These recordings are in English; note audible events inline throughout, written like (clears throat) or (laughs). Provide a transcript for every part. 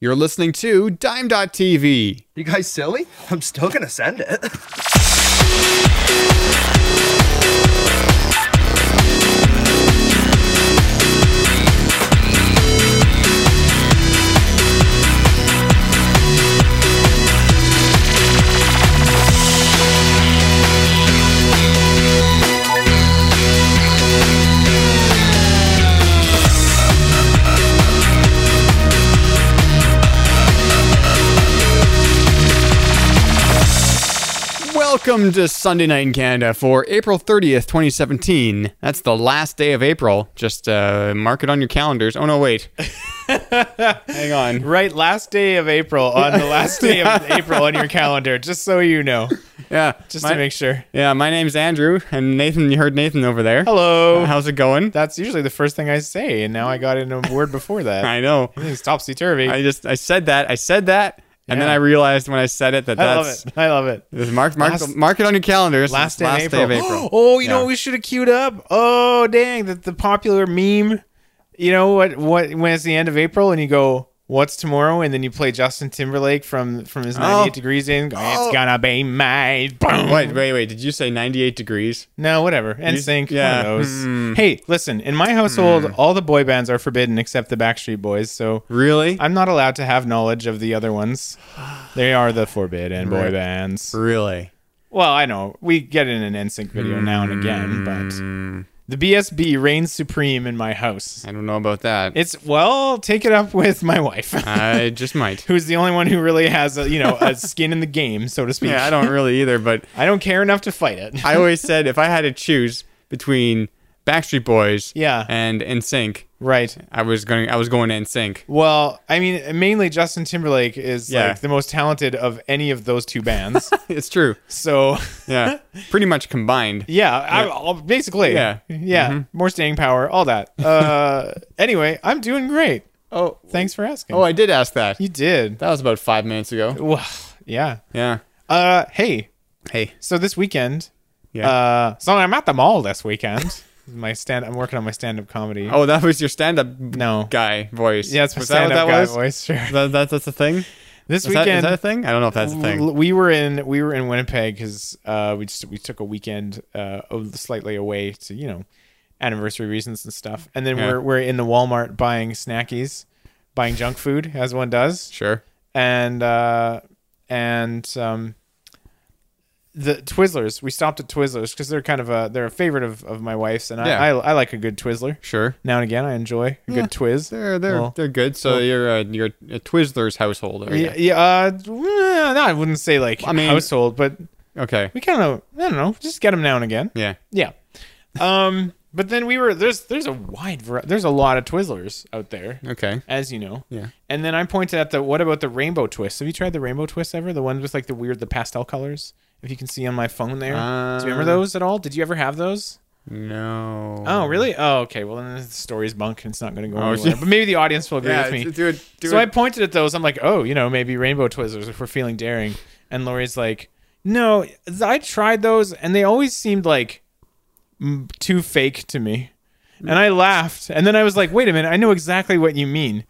You're listening to Dime.tv. You guys silly? I'm still going to send it. Welcome to Sunday Night in Canada for April 30th, 2017. That's the last day of April. Just uh, mark it on your calendars. Oh, no, (laughs) wait. Hang on. Right, last day of April (laughs) on the last day of April on your calendar, just so you know, Yeah. just my, to make sure. Yeah, my name's Andrew, and Nathan, you heard Nathan over there. Hello. How's it going? That's usually the first thing I say, and now I got in a word before that. I know. It's topsy turvy. I, I just, I said that. I said that. And Yeah. then I realized when I said it that love that's. it. I love it. This- Mark, mark, Last- mark it on your calendars. Last day, It's of, April. of April. (gasps) oh, you know Yeah. what we should have queued up. Oh, dang, the, the popular meme. You know what? What when it's the end of April and you go, "What's tomorrow?" and then you play Justin Timberlake from from Oh. his 98 degrees in. It's gonna be my (gasps) boom. Wait, wait, wait. Did you say 98 degrees? No, whatever. NSYNC. yeah. Hmm. Yeah. Hey, listen. In my household, all the boy bands are forbidden except the Backstreet Boys. So Really? I'm not allowed to have knowledge of the other ones. They are the forbidden boy Right. bands. really? Well, I know we get in an NSYNC video now and again, but Hmm. the BSB reigns supreme in my house. I don't know about that. It's well, take it up with my wife, (laughs) (laughs) I just might. who's the only one who really has a, you know a skin in the game, so to (laughs) speak. Yeah, I (laughs) don't really either, but I don't care enough to fight it. I always said if I had to choose between Backstreet Boys Yeah. and NSYNC, (laughs) right. I was going I was going to NSYNC. Well, I mean, mainly Justin Timberlake is Yeah. like the most talented of any of those two (laughs) bands. It's true. so, (laughs) Yeah. Pretty much combined. yeah, I, I'll, basically, Yeah. Mm-hmm. yeah, more staying power, all that. (laughs) Uh, anyway, I'm doing great. Oh, Thanks for asking. oh, I did ask that. you did. That was about 5 minutes ago. Well, yeah. Yeah. Uh, hey, Hey. so this weekend, Yeah. uh, so I'm at the mall this weekend. my stand, I'm working on my stand-up comedy. oh, that was your stand-up no, guy voice. yeah, it's my was that what stand-up that guy was? voice. Sure. That, that, that's a thing? Is This that, is weekend, that a thing? I don't know if that's a thing. L- We were in we were in Winnipeg because uh, we just we took a weekend uh, o- slightly away to you know anniversary reasons and stuff, and then Yeah. we're we're in the Walmart buying snackies, buying junk food as one does, Sure. and uh, and um, the Twizzlers. We stopped at Twizzlers because they're kind of a they're a favorite of, of my wife's, and Yeah. I, I I like a good Twizzler. Sure. Now and again, I enjoy a Yeah. good Twizz. They're they're Well- they're good. So you're a, you're a Twizzlers household. Are Yeah, you? yeah uh, no, I wouldn't say like mean- household, but Okay. we kind of I don't know, just get them now and again. Yeah. Yeah. Um, but then we were there's there's a wide variety. There's a lot of Twizzlers out there, Okay. as you know. Yeah. And then I pointed at the what about the rainbow twist? Have you tried the rainbow twist ever? The ones with like the weird the pastel colors. If you can see on my phone there, do you remember Uh, those at all? Did you ever have those? No. Oh, really? Oh, okay. Well, then the story's bunk, and it's not going to go um, Oh, (laughs) anywhere. yeah. But maybe the audience will agree Yeah. with me. d- Do it. Do so I it. pointed at those. I'm like, oh, you know, maybe rainbow Twizzlers if we're feeling daring. And Lori's like, no, th- I tried those and they always seemed like m- too fake to me. And I laughed. And then I was like, wait a minute, I know exactly what you mean.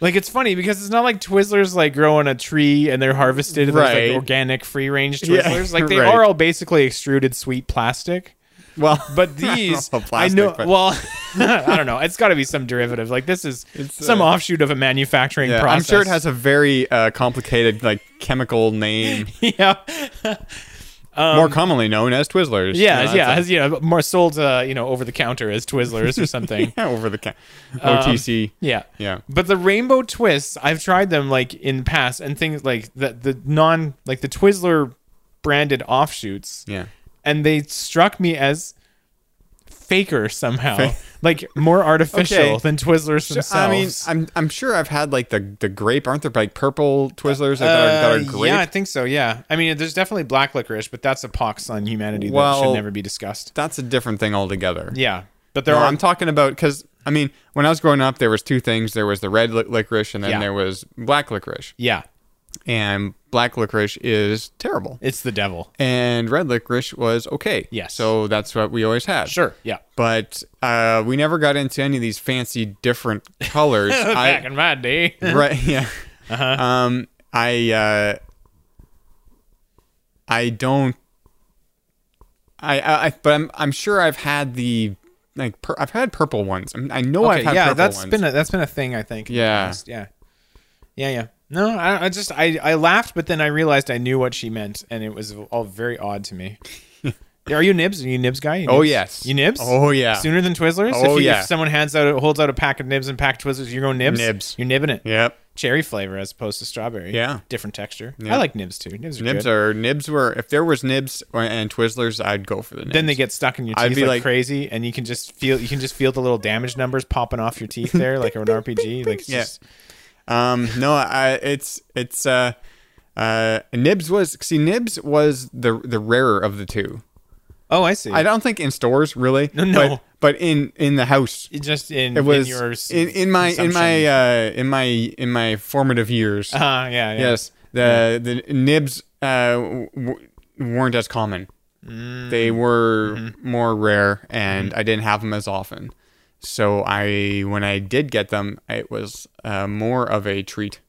Like it's funny because it's not like Twizzlers like grow on a tree and they're harvested and there's Right. like organic free range Yeah, (laughs) Twizzlers. like they right. are all basically extruded sweet plastic. well, (laughs) (laughs) But these, Well, plastic, I know. but- Well, (laughs) I don't know. It's got to be some derivative. Like this is It's, some uh, offshoot of a manufacturing yeah, I'm process. sure it has a very uh, complicated like chemical name, (laughs) yeah, more commonly known as Twizzlers. Um, yeah, You know, yeah. that's Has, you know, more sold, uh, you know, over the counter as Twizzlers or a- something. yeah, over the (laughs) ca- Um, OTC. yeah. (laughs) Yeah. But the rainbow twists, I've tried them like in the past, and things like the the non like the Twizzler branded offshoots, Yeah. and they struck me as faker somehow, like more (laughs) artificial Okay. than Twizzlers themselves. I mean, I'm I'm sure I've had like the the grape. Aren't there like purple Twizzlers like, that, are, that Uh, are grape? Yeah, I think so. Yeah, I mean, there's definitely black licorice, but that's a pox on humanity that Well- should never be discussed. That's a different thing altogether. Yeah, but there No, are. I'm talking about because I mean, when I was growing up, there was two things. There was the red lic- licorice, and then Yeah. there was black licorice. yeah, And black licorice is terrible, it's the devil. and red licorice was okay. Yes. So that's what we always had. Sure. Yeah. But uh, (laughs) we never got into any of these fancy different colors. Back I, (laughs) in my day. right. Yeah. Uh-huh. Um, I uh, I don't. I, I, I but I'm I'm sure I've had the like pur- I've had purple ones. I, mean, I know I've had yeah, purple that's ones. been a, that's been a thing. I think. in the Yeah. past. Yeah. Yeah. Yeah. No, I, I just I, I laughed, but then I realized I knew what she meant, and it was all very odd to (laughs) me. Are you nibs? Are you nibs guy? You Oh, nibs? yes. You nibs? Oh, yeah. Sooner than Twizzlers? Oh, if, you- yeah. If someone hands out a, holds out a pack of nibs and pack of Twizzlers, you're going nibs. Nibs. You're nibbing it. yep. Cherry flavor as opposed to strawberry. Yeah. Different texture. Yeah. I like nibs too. Nibs are Nibs good. are nibs were if there was nibs or- and Twizzlers, I'd go for the nibs. then they get stuck in your teeth I'd like, be like- crazy, and you can just feel you can just feel the little damage numbers popping off your teeth there, like (laughs) an RPG. Like it's Yeah. just- Um, no, I, it's it's uh, uh, Nibs was see Nibs was the the rarer of the two. oh, I see. I don't think in stores really. No, no. But, but in in the house, It just in it was in, your s- in, in my in (laughs) my uh, in my in my formative years. consumption. uh, yeah, yeah Yes, the the Nibs uh, w- w- weren't as common. Mm. They were Mm-hmm. more rare, and I didn't have them as often. So I, when I did get them, it was uh, more of a treat.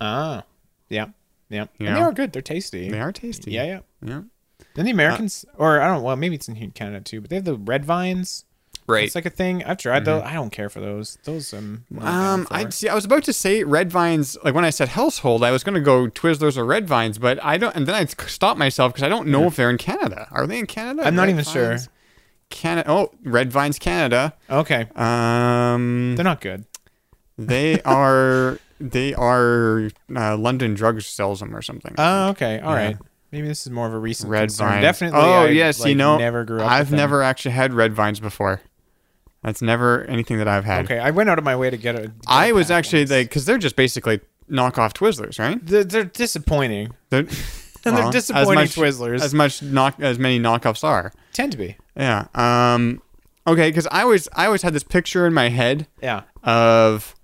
ah yeah yeah Yeah. and they are good they're tasty They are tasty. Uh, yeah yeah Yeah. then the Americans or I don't well maybe it's in here in Canada too but they have the red vines Right. it's like a thing I've tried though I don't care for those those um Mm-hmm. um, I see. I was about to say red vines. Like when I said household, I was going to go Twizzlers or red vines, but I don't. And then I stopped myself because I don't know if they're in Canada. Are they in Canada? I'm not Red even sure. Vines, Canada. Oh, red vines, Canada. okay Um, they're not good They are they are uh, London drugs sells them or something. oh okay all right maybe this is more of a recent red concern. vines. definitely Oh I, yes, like, you know. never grew up with I've them. never actually had red vines before. That's never anything that I've had. okay I went out of my way to get it I was actually like because they're just basically knockoff Twizzlers, right? they're, they're disappointing They're, (laughs) (laughs) And they're as disappointing much- Twizzlers. As much knock as many knockoffs are. tend to be Yeah. Um. Okay, because I always I always had this picture in my head yeah of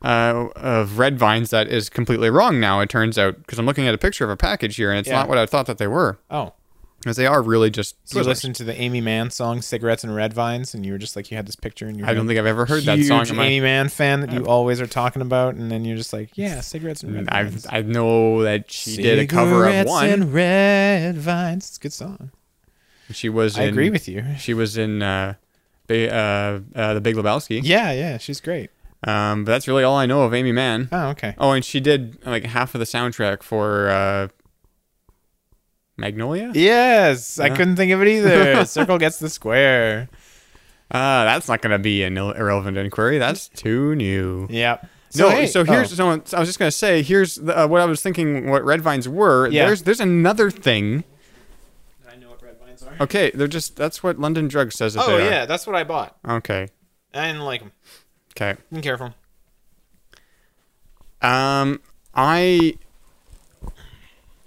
uh, of red vines that is completely wrong now. It turns out because I'm looking at a picture of a package here, and it's Yeah. not what I thought that they were, oh because they are really just. So you Twizzlers. listened to the Amy Mann song "Cigarettes and Red Vines," and you were just like, you had this picture in your. I don't head. think I've ever heard that song. Huge in my- Amy Mann fan that you always are talking about, and then you're just like, yeah, cigarettes and red vines. Mm, I've I know that she did a cover of Cigarettes one. and red vines. It's a good song. She was. In, I agree with you. (laughs) She was in. Uh, Ba- uh, uh, the Big Lebowski. Yeah, yeah, she's great. Um, but that's really all I know of Amy Mann. Oh, okay. Oh, and she did like half of the soundtrack for uh, Magnolia. Yes, I couldn't think of (laughs) it either. Circle gets the square. Uh, that's not going to be an Ill- irrelevant inquiry. That's too new. Yep. no, hey- so here's oh, no. I was just going to say here's the, uh, what I was thinking. What red vines were. Yeah. There's there's another thing. I know what red vines are. Okay, they're just that's what London Drug says. That Oh they yeah, that's what I bought. Are. Okay. I didn't like them. Okay. Didn't care for 'em. Um, I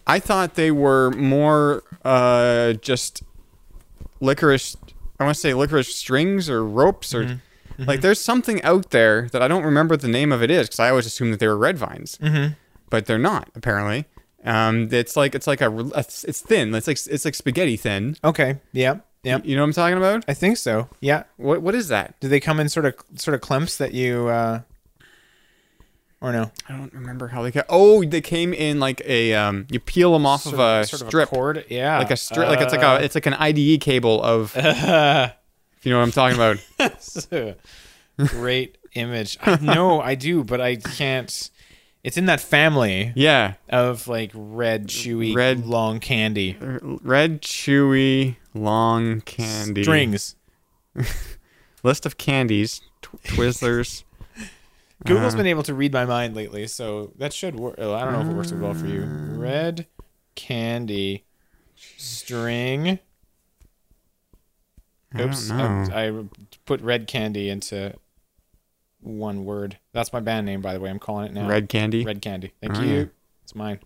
I thought they were more uh just licorice. I want to say licorice strings or ropes or like there's something out there that I don't remember what the name of it is because I always assumed that they were red vines, mm-hmm. but they're not apparently. Um, it's like it's like a, a it's thin. It's like it's like spaghetti thin. Okay. Yep. Yep. You know what I'm talking about? I think so. Yeah. What what is that? Do they come in sort of sort of clumps that you uh or no? I don't remember how they. Ca- oh, they came in like a um. You peel them off Sort of a sort strip. of a cord, yeah. like a strip, like (laughs) it's like uh. a it's like an IDE cable of. if you know what I'm talking about. a great image. (laughs) I, no, I do, but I can't. It's in that family Yeah, of like red chewy Red- long candy R- red, chewy, long candy. strings. List of candies. Tw- (laughs) Twizzlers. Um, Google's been able to read my mind lately, so that should work. I don't know if it works well for you. Mm. Red candy string. Oops, I don't know. I, I put red candy into one word. That's my band name, by the way. I'm calling it now. red candy. Red candy. Thank Oh, you. yeah. It's mine.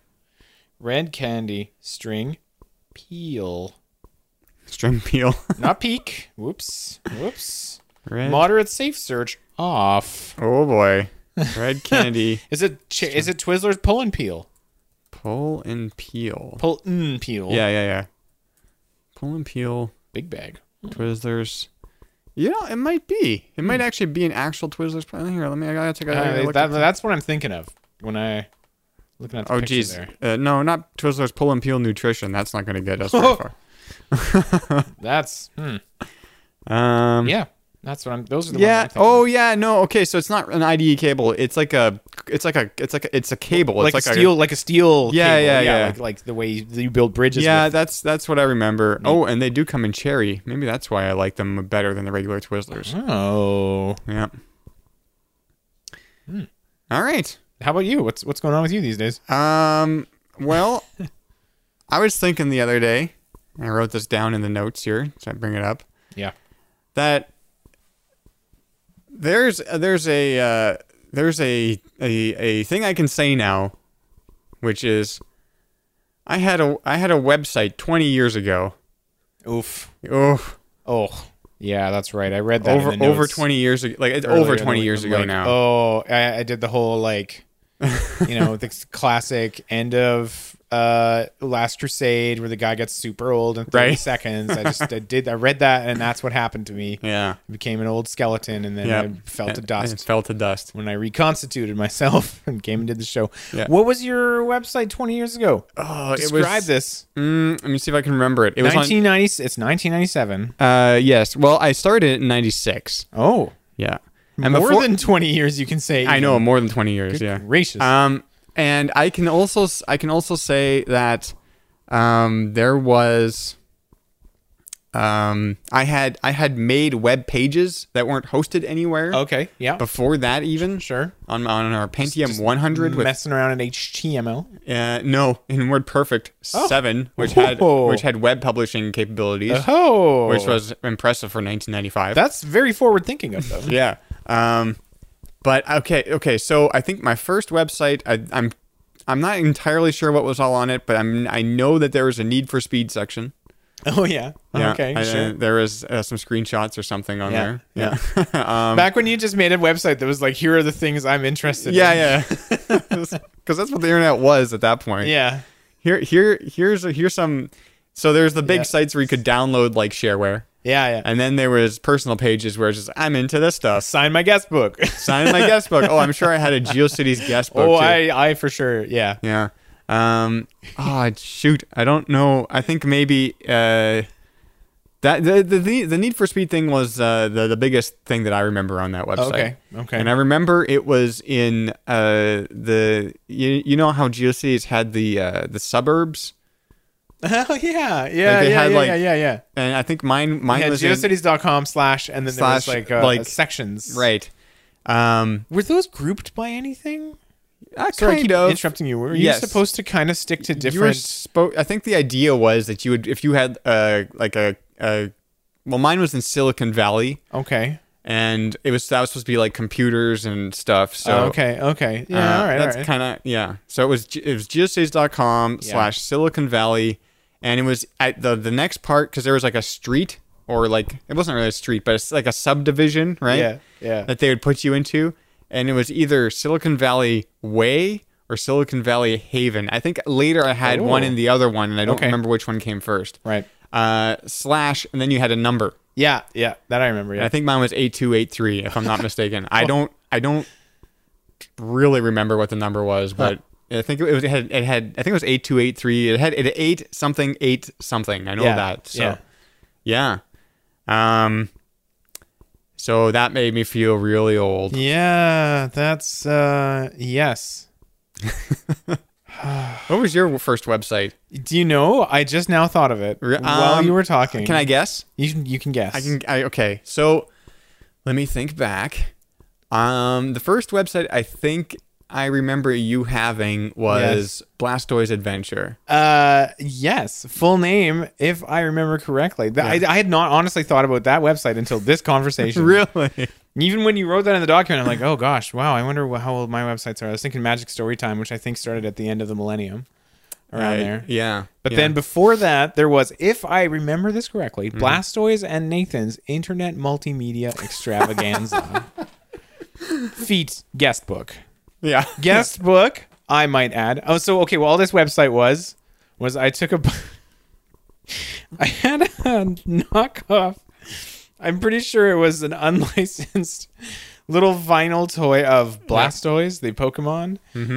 Red candy string peel, String peel. (laughs) not peak. Whoops. Whoops. red. Moderate safe search off. oh (laughs) boy. Red candy. Is it chi- is it Twizzlers pull and peel? Pull and peel. Pull and peel. Yeah, yeah, yeah. Pull and peel. Big bag. Twizzlers. You know, it might be. It might actually be an actual Twizzlers. uh, Here, let me. I gotta take a, I Uh, gotta look Hmm. that, at- that's what I'm thinking of when I Looking at the Oh, picture geez. there. Uh, no, not Twizzlers. Pull and peel nutrition. That's not going to get us (laughs) very far. That's hmm. Um, yeah. That's what I'm. Those are the yeah. Ones I'm Oh, yeah. No. Okay. So it's not an IDE cable. It's like a. It's like a. It's like a, it's a cable. like, it's a steel, like a steel. Yeah, cable. yeah, yeah. Like, like the way you, you build bridges. Yeah, with- that's that's what I remember. Oh, and they do come in cherry. Maybe that's why I like them better than the regular Twizzlers. Uh-huh. oh. Yeah. Hmm. All right. How about you? What's what's going on with you these days? Um. (laughs) Well, I was thinking the other day. I wrote this down in the notes here, so I bring it up. Yeah. That there's there's a uh, there's a, a a thing I can say now, which is I had a I had a website 20 years ago. Oof. Oh, Oh. Yeah, that's right. I read that in over the over notes 20 years ago like it's earlier over in the 20 week. years I'm ago like, now Oh, I, I did the (laughs) whole like, you know, the classic end of uh Last Crusade where the guy gets super old in 30 Right. seconds. (laughs) I just I did I read that and that's what happened to me. yeah I became an old skeleton and then yeah I fell to It- it dust fell to dust when I reconstituted myself (laughs) and came and did the show. Yeah. What was your website 20 years ago? oh Describe it was this. mm, let me see if i can remember it it was 1990 it's 1997. on uh yes well i started it in 96 Oh. yeah more before- than 20 years you can say. i even. know more than 20 years yeah gracious. um and i can also s- i can also say that um there was um i had i had made web pages that weren't hosted anywhere okay. Yeah. before that even Sure. on on our pentium 100 with messing around in HTML. Uh, no, in WordPerfect Oh. seven, which had Whoa. which had web publishing capabilities, Oh, which was impressive for 1995. that's very forward thinking of them. yeah. Um, but okay, okay. So I think my first website, I, I'm I'm not entirely sure what was all on it, but I'm I know that there was a Need for Speed section. (laughs) oh yeah. Yeah, Okay. I- sure. there was uh, some screenshots or something on Yeah, there. yeah. Yeah. (laughs) (laughs) um, Back when you just made a website that was like, here are the things I'm interested yeah, in. yeah. (laughs) Because that's what the internet was at that point. Yeah. Here, here, here's here's some. So there's the big Yeah. sites where you could download like shareware. Yeah. Yeah. And then there was personal pages where it's just I'm into this stuff. Sign my guest book. (laughs) Sign my guest book. Oh, I'm sure I had a GeoCities guest book. (laughs) oh, too. I, I for sure. Yeah. yeah. Um. Oh, shoot. I don't know. I think maybe uh, that the, the the the Need for Speed thing was uh, the the biggest thing that I remember on that website. Okay, okay. And I remember it was in uh the you, you know how GeoCities had the uh, the suburbs (laughs) Oh yeah. Yeah. they yeah, had, yeah, like- yeah. Yeah. Yeah. and I think mine mine Yeah, was in- geocities.com slash and then Slash, there was like, uh, like- sections. right. Um. Were those grouped by anything? uh, Sorry, I kind keep of. interrupting you. Were you Yes. supposed to kind of stick to You were different? spo- I think the idea was that you would, if you had uh, like a, a, well, mine was in Silicon Valley, okay. and it was that was supposed to be like computers and stuff. So Oh, okay, okay. uh, Yeah, all right, that's all right. kind of yeah. So it was ge- it was geostays.com slash Silicon Valley, and it was at the the next part because there was like a street or like it wasn't really a street, but it's like a subdivision, right? Yeah, yeah. That they would put you into, and it was either Silicon Valley Way or Silicon Valley Haven. I think later I had one Oh. and the other one, and I don't Okay. remember which one came first. Right. Uh, slash, and then you had a number. Yeah, yeah, that I remember. Yeah. I think mine was eight two eight three, if I'm not mistaken. I don't I don't really remember what the number was, but I think it, was, it had it had I think it was eight two eight three. It had it had eight something eight something. I know Yeah, that. So yeah. Um. So that made me feel really old. Yeah, that's uh yes. What was your first website? Do you know? I just now thought of it Re- while um, you were talking. Can I guess? You can you can guess. I can. I okay. So let me think back. Um, the first website I think I remember you having was Blastoise Adventure. Uh yes, full name if I remember correctly. Th- I, I had not honestly thought about that website until this (laughs) conversation. Really? Even when you wrote that in the document, I'm like, oh gosh, wow, I wonder wh- how old my websites are. I was thinking Magic Storytime, which I think started at the end of the millennium, around Right, there. Yeah. But yeah. then before that, there was, if I remember this correctly, Blastoise and Nathan's Internet Multimedia Extravaganza. Feet guest book. (laughs) yeah. Guest book, I might add. Oh, so okay, well, all this website was, was I took a, bu- (laughs) I had a knockoff. I'm pretty sure it was an unlicensed little vinyl toy of Blastoise, the Pokemon,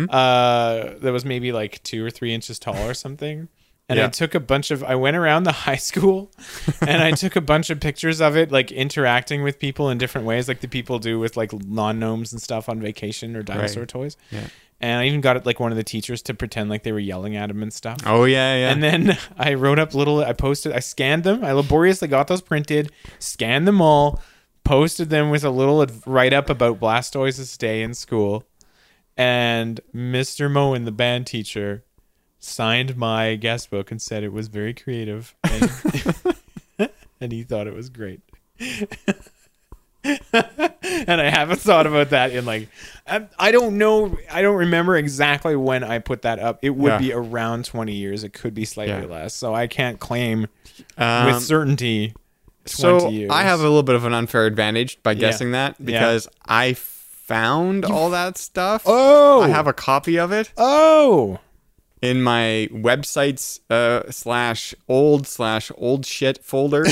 uh, that was maybe like two or three inches tall or something. And I Yeah. took a bunch of. I went around the high school, and I took a bunch of pictures of it, like interacting with people in different ways, like the people do with like non gnomes and stuff on vacation or dinosaur toys. Yeah. And I even got it like one of the teachers to pretend like they were yelling at him and stuff. Oh yeah, yeah. And then (laughs) I wrote up little, I posted, I scanned them. I laboriously got those printed, scanned them all, posted them with a little write up about Blastoise's day in school. And Mr. Moen, the band teacher, signed my guest book and said it was very creative. (laughs) And, and he thought it was great. (laughs) and I haven't thought about that in like, I, I don't know. I don't remember exactly when I put that up. It would Yeah. be around 20 years. It could be slightly Yeah. less. So I can't claim Um, with certainty 20 so years. I have a little bit of an unfair advantage by guessing that Yeah. because I found all that stuff. Oh! I have a copy of it Oh! in my websites uh, slash old slash old shit folder.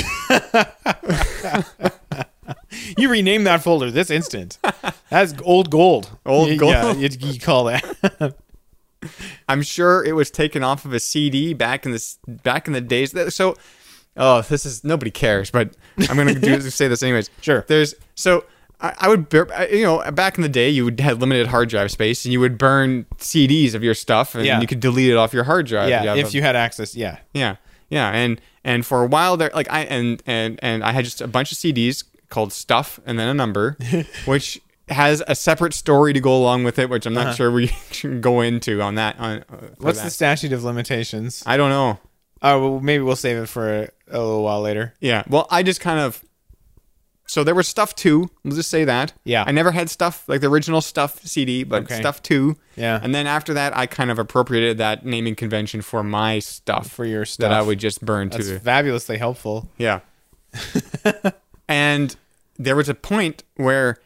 You rename that folder this instant. That's old gold. Old Y- Yeah, gold. you, you call (laughs) that. I'm sure it was taken off of a CD back in this back in the days. that- So, oh, this is nobody cares, but I'm gonna (laughs) do say this anyways. Sure. There's so I, I would bur- I- you know back in the day you would had limited hard drive space and you would burn CDs of your stuff and Yeah. you could delete it off your hard drive. yeah, have if a- you had access. Yeah. yeah, yeah, and and for a while there, like I and and and I had just a bunch of CDs called Stuff and then a (laughs) number, which has a separate story to go along with it, which I'm not sure (laughs) we should go into on that. On uh, for Uh-huh. What's that. the statute of limitations? I don't know. Oh, well, maybe we'll save it for a, a little while later. Yeah. Well, I just kind of. So there was stuff two. Let's just say that. Yeah. I never had stuff like the original stuff CD, but Okay. stuff two. Yeah. And then after that, I kind of appropriated that naming convention for my stuff. For your stuff. that I would just burn That's to. fabulously helpful. (laughs) Yeah. and there was a point where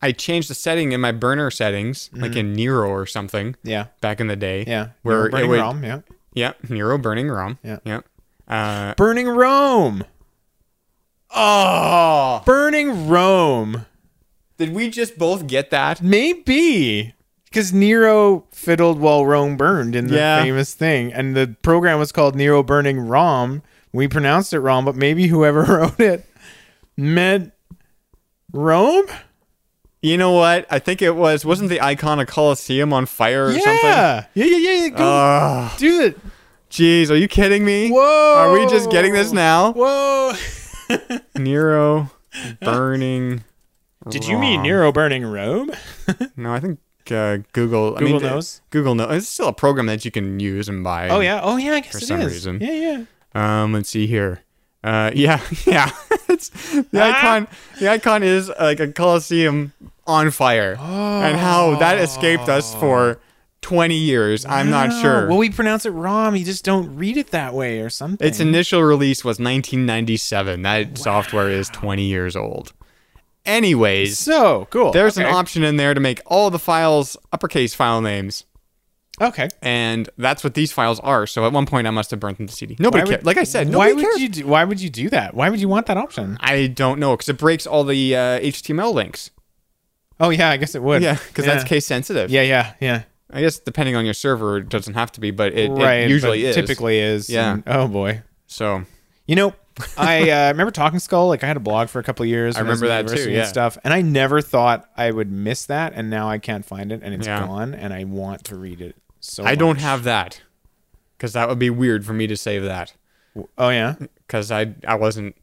I changed the setting in my burner settings, like in Nero or something. Yeah. Back in the day. (laughs) Mm-hmm. Yeah. Where burning it would, Rome. Yeah. Yeah. Nero burning ROM. Yeah. Yep. Uh, Burning Rome. Ah! oh. Burning Rome. Did we just both get that? Maybe. Because Nero fiddled while Rome burned in the Yeah. famous thing. And the program was called Nero Burning Rom. We pronounced it wrong, but maybe whoever (laughs) wrote it meant Rome? You know what? I think it was wasn't the icon of Colosseum on fire or yeah. something? yeah. Yeah, yeah, yeah. Go Oh, do it. jeez, are you kidding me? Whoa. Are we just getting this now? Whoa. (laughs) Nero burning. Did you mean Rom. Nero burning Rome? No, I think uh, Google. I Google mean, uh, knows? Google knows. It's still a program that you can use and buy. Oh, yeah. Oh, yeah. I guess it is. some reason. Yeah, yeah. Um, let's see here. Uh, yeah, (laughs) yeah. it's the Ah! icon. The icon is like a Colosseum on fire, and how that escaped us for twenty years. I'm not Oh, sure. Well, we pronounce it Rom. You just don't read it that way or something. Its initial release was 1997. That software is 20 years old. Anyways, so cool. there's okay. an option in there to make all the files uppercase file names, Okay. and that's what these files are. So at one point, I must have burnt them to CD. Nobody Why would- cares. Like I said, Why nobody would cares. you do? Why would you do that? Why would you want that option? I don't know because it breaks all the uh, HTML links. Oh yeah, I guess it would. Yeah, because that's case sensitive. Yeah, yeah, yeah. I guess depending on your server, it doesn't have to be, but it, it right. but usually is. Typically is. Yeah. and- oh boy. So You know, I uh, (laughs) remember Talking Skull. Like I had a blog for a couple of years. I when was remember in that too, university yeah. And stuff. And I never thought I would miss that, and now I can't find it, and it's Yeah. gone. And I want to read it. So I don't much. have that because that would be weird for me to save that. Oh yeah. because I I wasn't.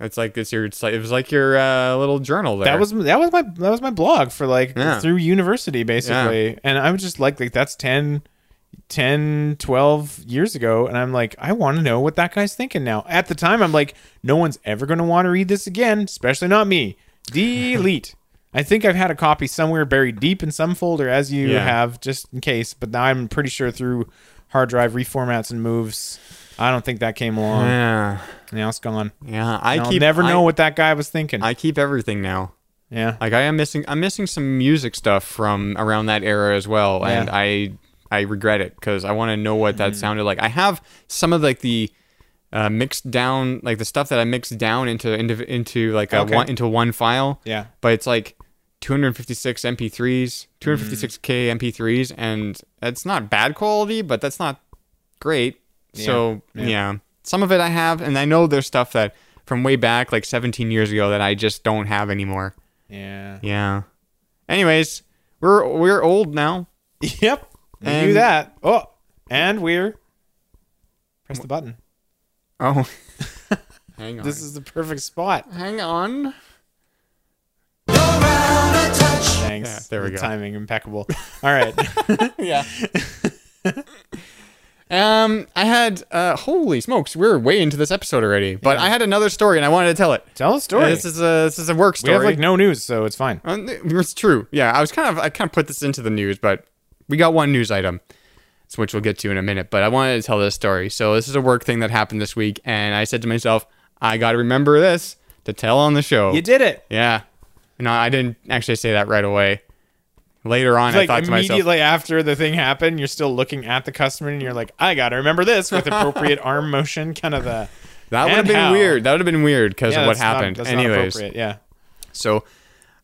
It's like it's your it's like, it was like your uh, little journal there. That was that was my that was my blog for like Yeah. through university basically. And I was just like like that's 10 10 12 years ago and I'm like I want to know what that guy's thinking now. At the time I'm like no one's ever going to want to read this again, especially (laughs) not me. Delete. I think I've had a copy somewhere buried deep in some folder as you Yeah. have just in case, but now I'm pretty sure through hard drive reformats and moves I don't think that came along. yeah Now it's gone. yeah. Mm. I I'll keep never I- know what that guy was thinking. I keep everything now. yeah. Like I am missing I'm missing some music stuff from around that era as well, and Yeah. Mm-hmm. I I regret it because I want to know what that sounded like. I have some of like the uh, mixed down, like the stuff that I mixed down into into, into like a Okay. one into one file. Yeah. but it's like 256 MP3s, 256k MP3s, and that's not bad quality, but that's not great. So Yeah. yeah. some of it I have, and I know there's stuff that from way back, like 17 years ago, that I just don't have anymore. Yeah. Yeah. Anyways, we're we're old now. Yep. We do And- that. Oh, and we're press the button. Oh. (laughs) Hang on. This is the perfect spot. Hang on. Thanks. Yeah, there we The go. Timing impeccable. (laughs) All right. Yeah. um, I had uh, holy smokes, we're way into this episode already. But I had another story and I wanted to tell it. Tell a story. This is a this is a work we story. have like no news, so it's fine. Um, It's true. Yeah, I was kind of I kind of put this into the news, but we got one news item, so which we'll get to in a minute. But I wanted to tell this story. So this is a work thing that happened this week, and I said to myself, I got to remember this to tell on the show. You did it. Yeah. No, I didn't actually say that right away. Later on, I Like thought to myself, immediately after the thing happened, you're still looking at the customer and you're like, I gotta remember this (laughs) with appropriate arm motion, kind of the that would have and been how. weird. That would have been weird because yeah, of what that's not- happened. that's not Anyways, appropriate. yeah. So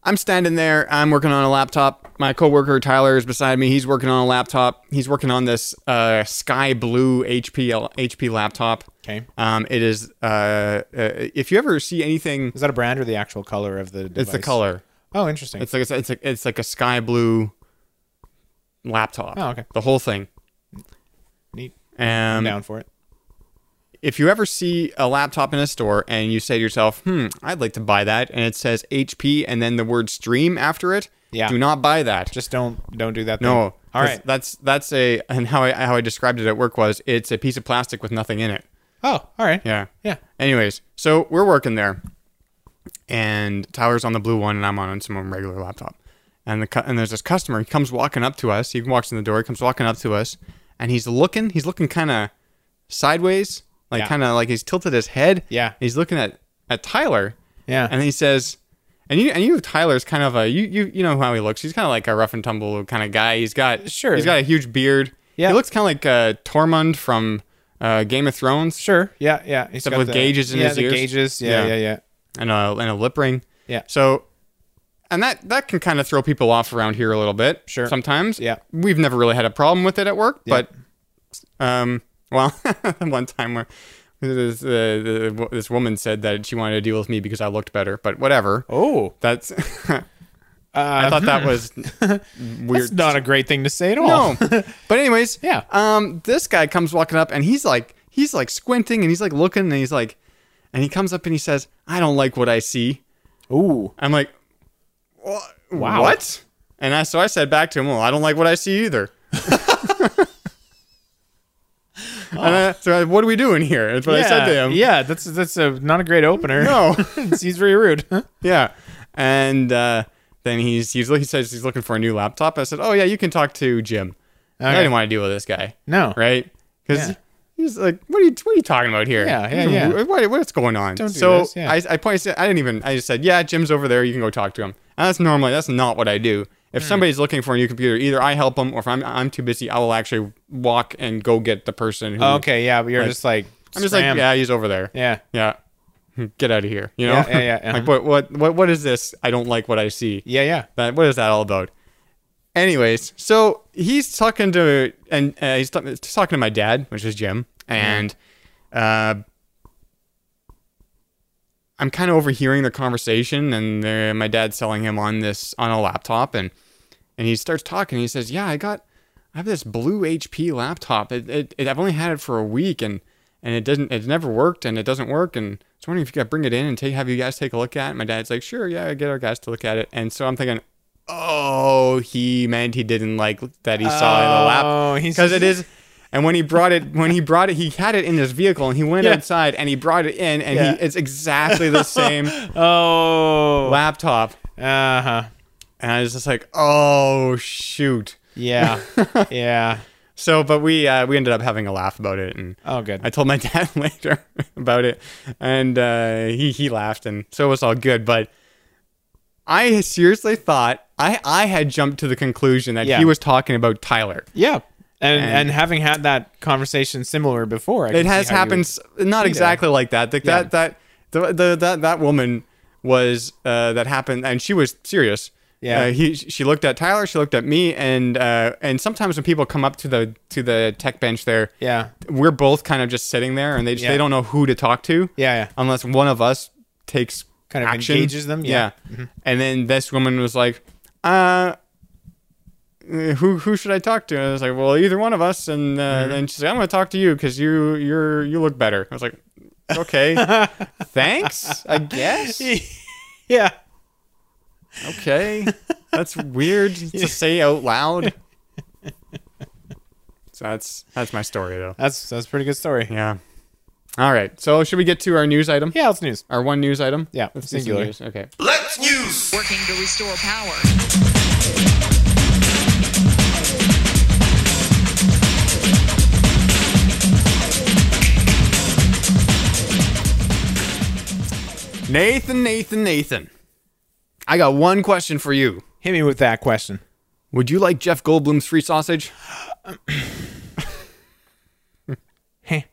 I'm standing there. I'm working on a laptop. My coworker Tyler is beside me. He's working on a laptop. He's working on this uh, sky blue HP l- HP laptop. Okay. Um, it is. Uh, uh, if you ever see anything, Is that a brand or the actual color of the? it's the device? color. Oh, interesting. It's like it's, it's like it's like a sky blue laptop. Oh, okay. The whole thing. Neat. Um, I'm down for it. if you ever see a laptop in a store and you say to yourself, "Hmm, I'd like to buy that," and it says HP and then the word "stream" after it, Yeah. do not buy that. Just don't don't do that. No. Thing. All 'cause right. That's that's a and how I how I described it at work was it's a piece of plastic with nothing in it. Oh, all right. Yeah. Yeah. Anyways, so we're working there, and Tyler's on the blue one, and I'm on some regular laptop, and the cu- and there's this customer. He comes walking up to us. He walks in the door. He comes walking up to us, and he's looking. He's looking kind of sideways, like Yeah. kind of like he's tilted his head. Yeah. He's looking at at Tyler. Yeah. And he says, and you and you Tyler's kind of a you you you know how he looks. He's kind of like a rough and tumble kind of guy. He's got Sure. He's got a huge beard. Yeah. He looks kind of like uh, Tormund from uh, Game of Thrones. Sure. Yeah. Yeah. He's Except with gauges in yeah, his the ears. gauges. Yeah. Yeah. Yeah. Yeah. And a and a lip ring. Yeah. So, and that that can kind of throw people off around here a little bit. Sure. Sometimes. Yeah. We've never really had a problem with it at work, Yeah. but um, well, (laughs) one time where this uh, the, this woman said that she wanted to deal with me because I looked better, but whatever. Oh, That's. (laughs) I thought that was (laughs) weird. Uh, that's not a great thing to say at all. no, but anyways, Oh. Yeah. Um, this guy comes walking up, and he's like, he's like squinting, and he's like looking, and he's like, and he comes up and he says, "I don't like what I see." Ooh. I'm like, "Wha- Wow. what? And I so I said back to him, "Well, I don't like what I see either." (laughs) And I, so I, what are we doing here? That's what I said to him. Yeah. That's that's a not a great opener. No. (laughs) He's very rude. (laughs) Yeah. And uh, then he's, he's he says he's looking for a new laptop. I said, "Oh yeah, you can talk to Jim." I Okay. didn't want to deal with this guy, No. right? Because Yeah. he's like, "What are you what are you talking about here? Yeah, yeah, yeah. What, what's going on?" Don't do so this, yeah. I I pointed. I didn't even. I just said, "Yeah, Jim's over there. You can go talk to him." And that's normally that's not what I do. If Hmm. somebody's looking for a new computer, either I help them, or if I'm I'm too busy, I will actually walk and go get the person. Who, Okay. Yeah. But you're Like, just like I'm just like, scram. yeah, he's over there. Yeah. Yeah. (laughs) Get out of here. You know? Yeah, yeah, yeah, uh-huh. (laughs) like what what what what is this? I don't like what I see. Yeah. Yeah. That what is that all about? Anyways, so he's talking to and uh, he's, t- he's talking to my dad, which is Jim, and uh, I'm kind of overhearing the conversation, and they're- my dad's selling him on this on a laptop, and and he starts talking. He says, "Yeah, I got, I have this blue HP laptop. It, it, it I've only had it for a week, and and it doesn't, it never worked, and it doesn't work. And I was wondering if you could bring it in and take, have you guys take a look at it." And my dad's like, "Sure, yeah, get our guys to look at it." And so I'm thinking, "Oh, he meant he didn't like that he saw the Oh, laptop he's- because it is." And when he brought it, when he brought it, he had it in his vehicle, and he went Yeah. outside and he brought it in, and Yeah. he, it's exactly (laughs) the same Oh. laptop. uh huh. And I was just like, "Oh shoot." (laughs) Yeah. yeah. So, but we uh, we ended up having a laugh about it, and Oh, good. I told my (laughs) dad later about it, and uh, he he laughed, and so it was all good. But I seriously thought I I had jumped to the conclusion that Yeah. he was talking about Tyler, yeah. And, And- and having had that conversation similar before, I it can see has how you would- happened s- not exactly like that. Like Yeah. that that the, the that that woman was uh, that happened, and she was serious. Yeah. uh, he she looked at Tyler, she looked at me, and uh, and sometimes when people come up to the to the tech bench there, Yeah. we're both kind of just sitting there, and they just, Yeah. they don't know who to talk to. Yeah, yeah. unless one of us takes Kind of action. engages them, yeah. Mm-hmm. and then this woman was like, uh. uh, Who who should I talk to? And I was like, well, either one of us. And uh, Mm-hmm. then she's like, I'm gonna talk to you because you you're you look better. I was like, (laughs) okay, thanks, I guess. Yeah. Okay, that's weird to say out loud. So that's that's my story though. That's that's a pretty good story. Yeah, Yeah. All right. So should we get to our news item? yeah it's news. Our one news item. Yeah, Let's do some singular. news. Okay. Let's news. working to restore power. Nathan, Nathan, Nathan. I got one question for you. Hit me with that question. Would you like Jeff Goldblum's free sausage? Hey.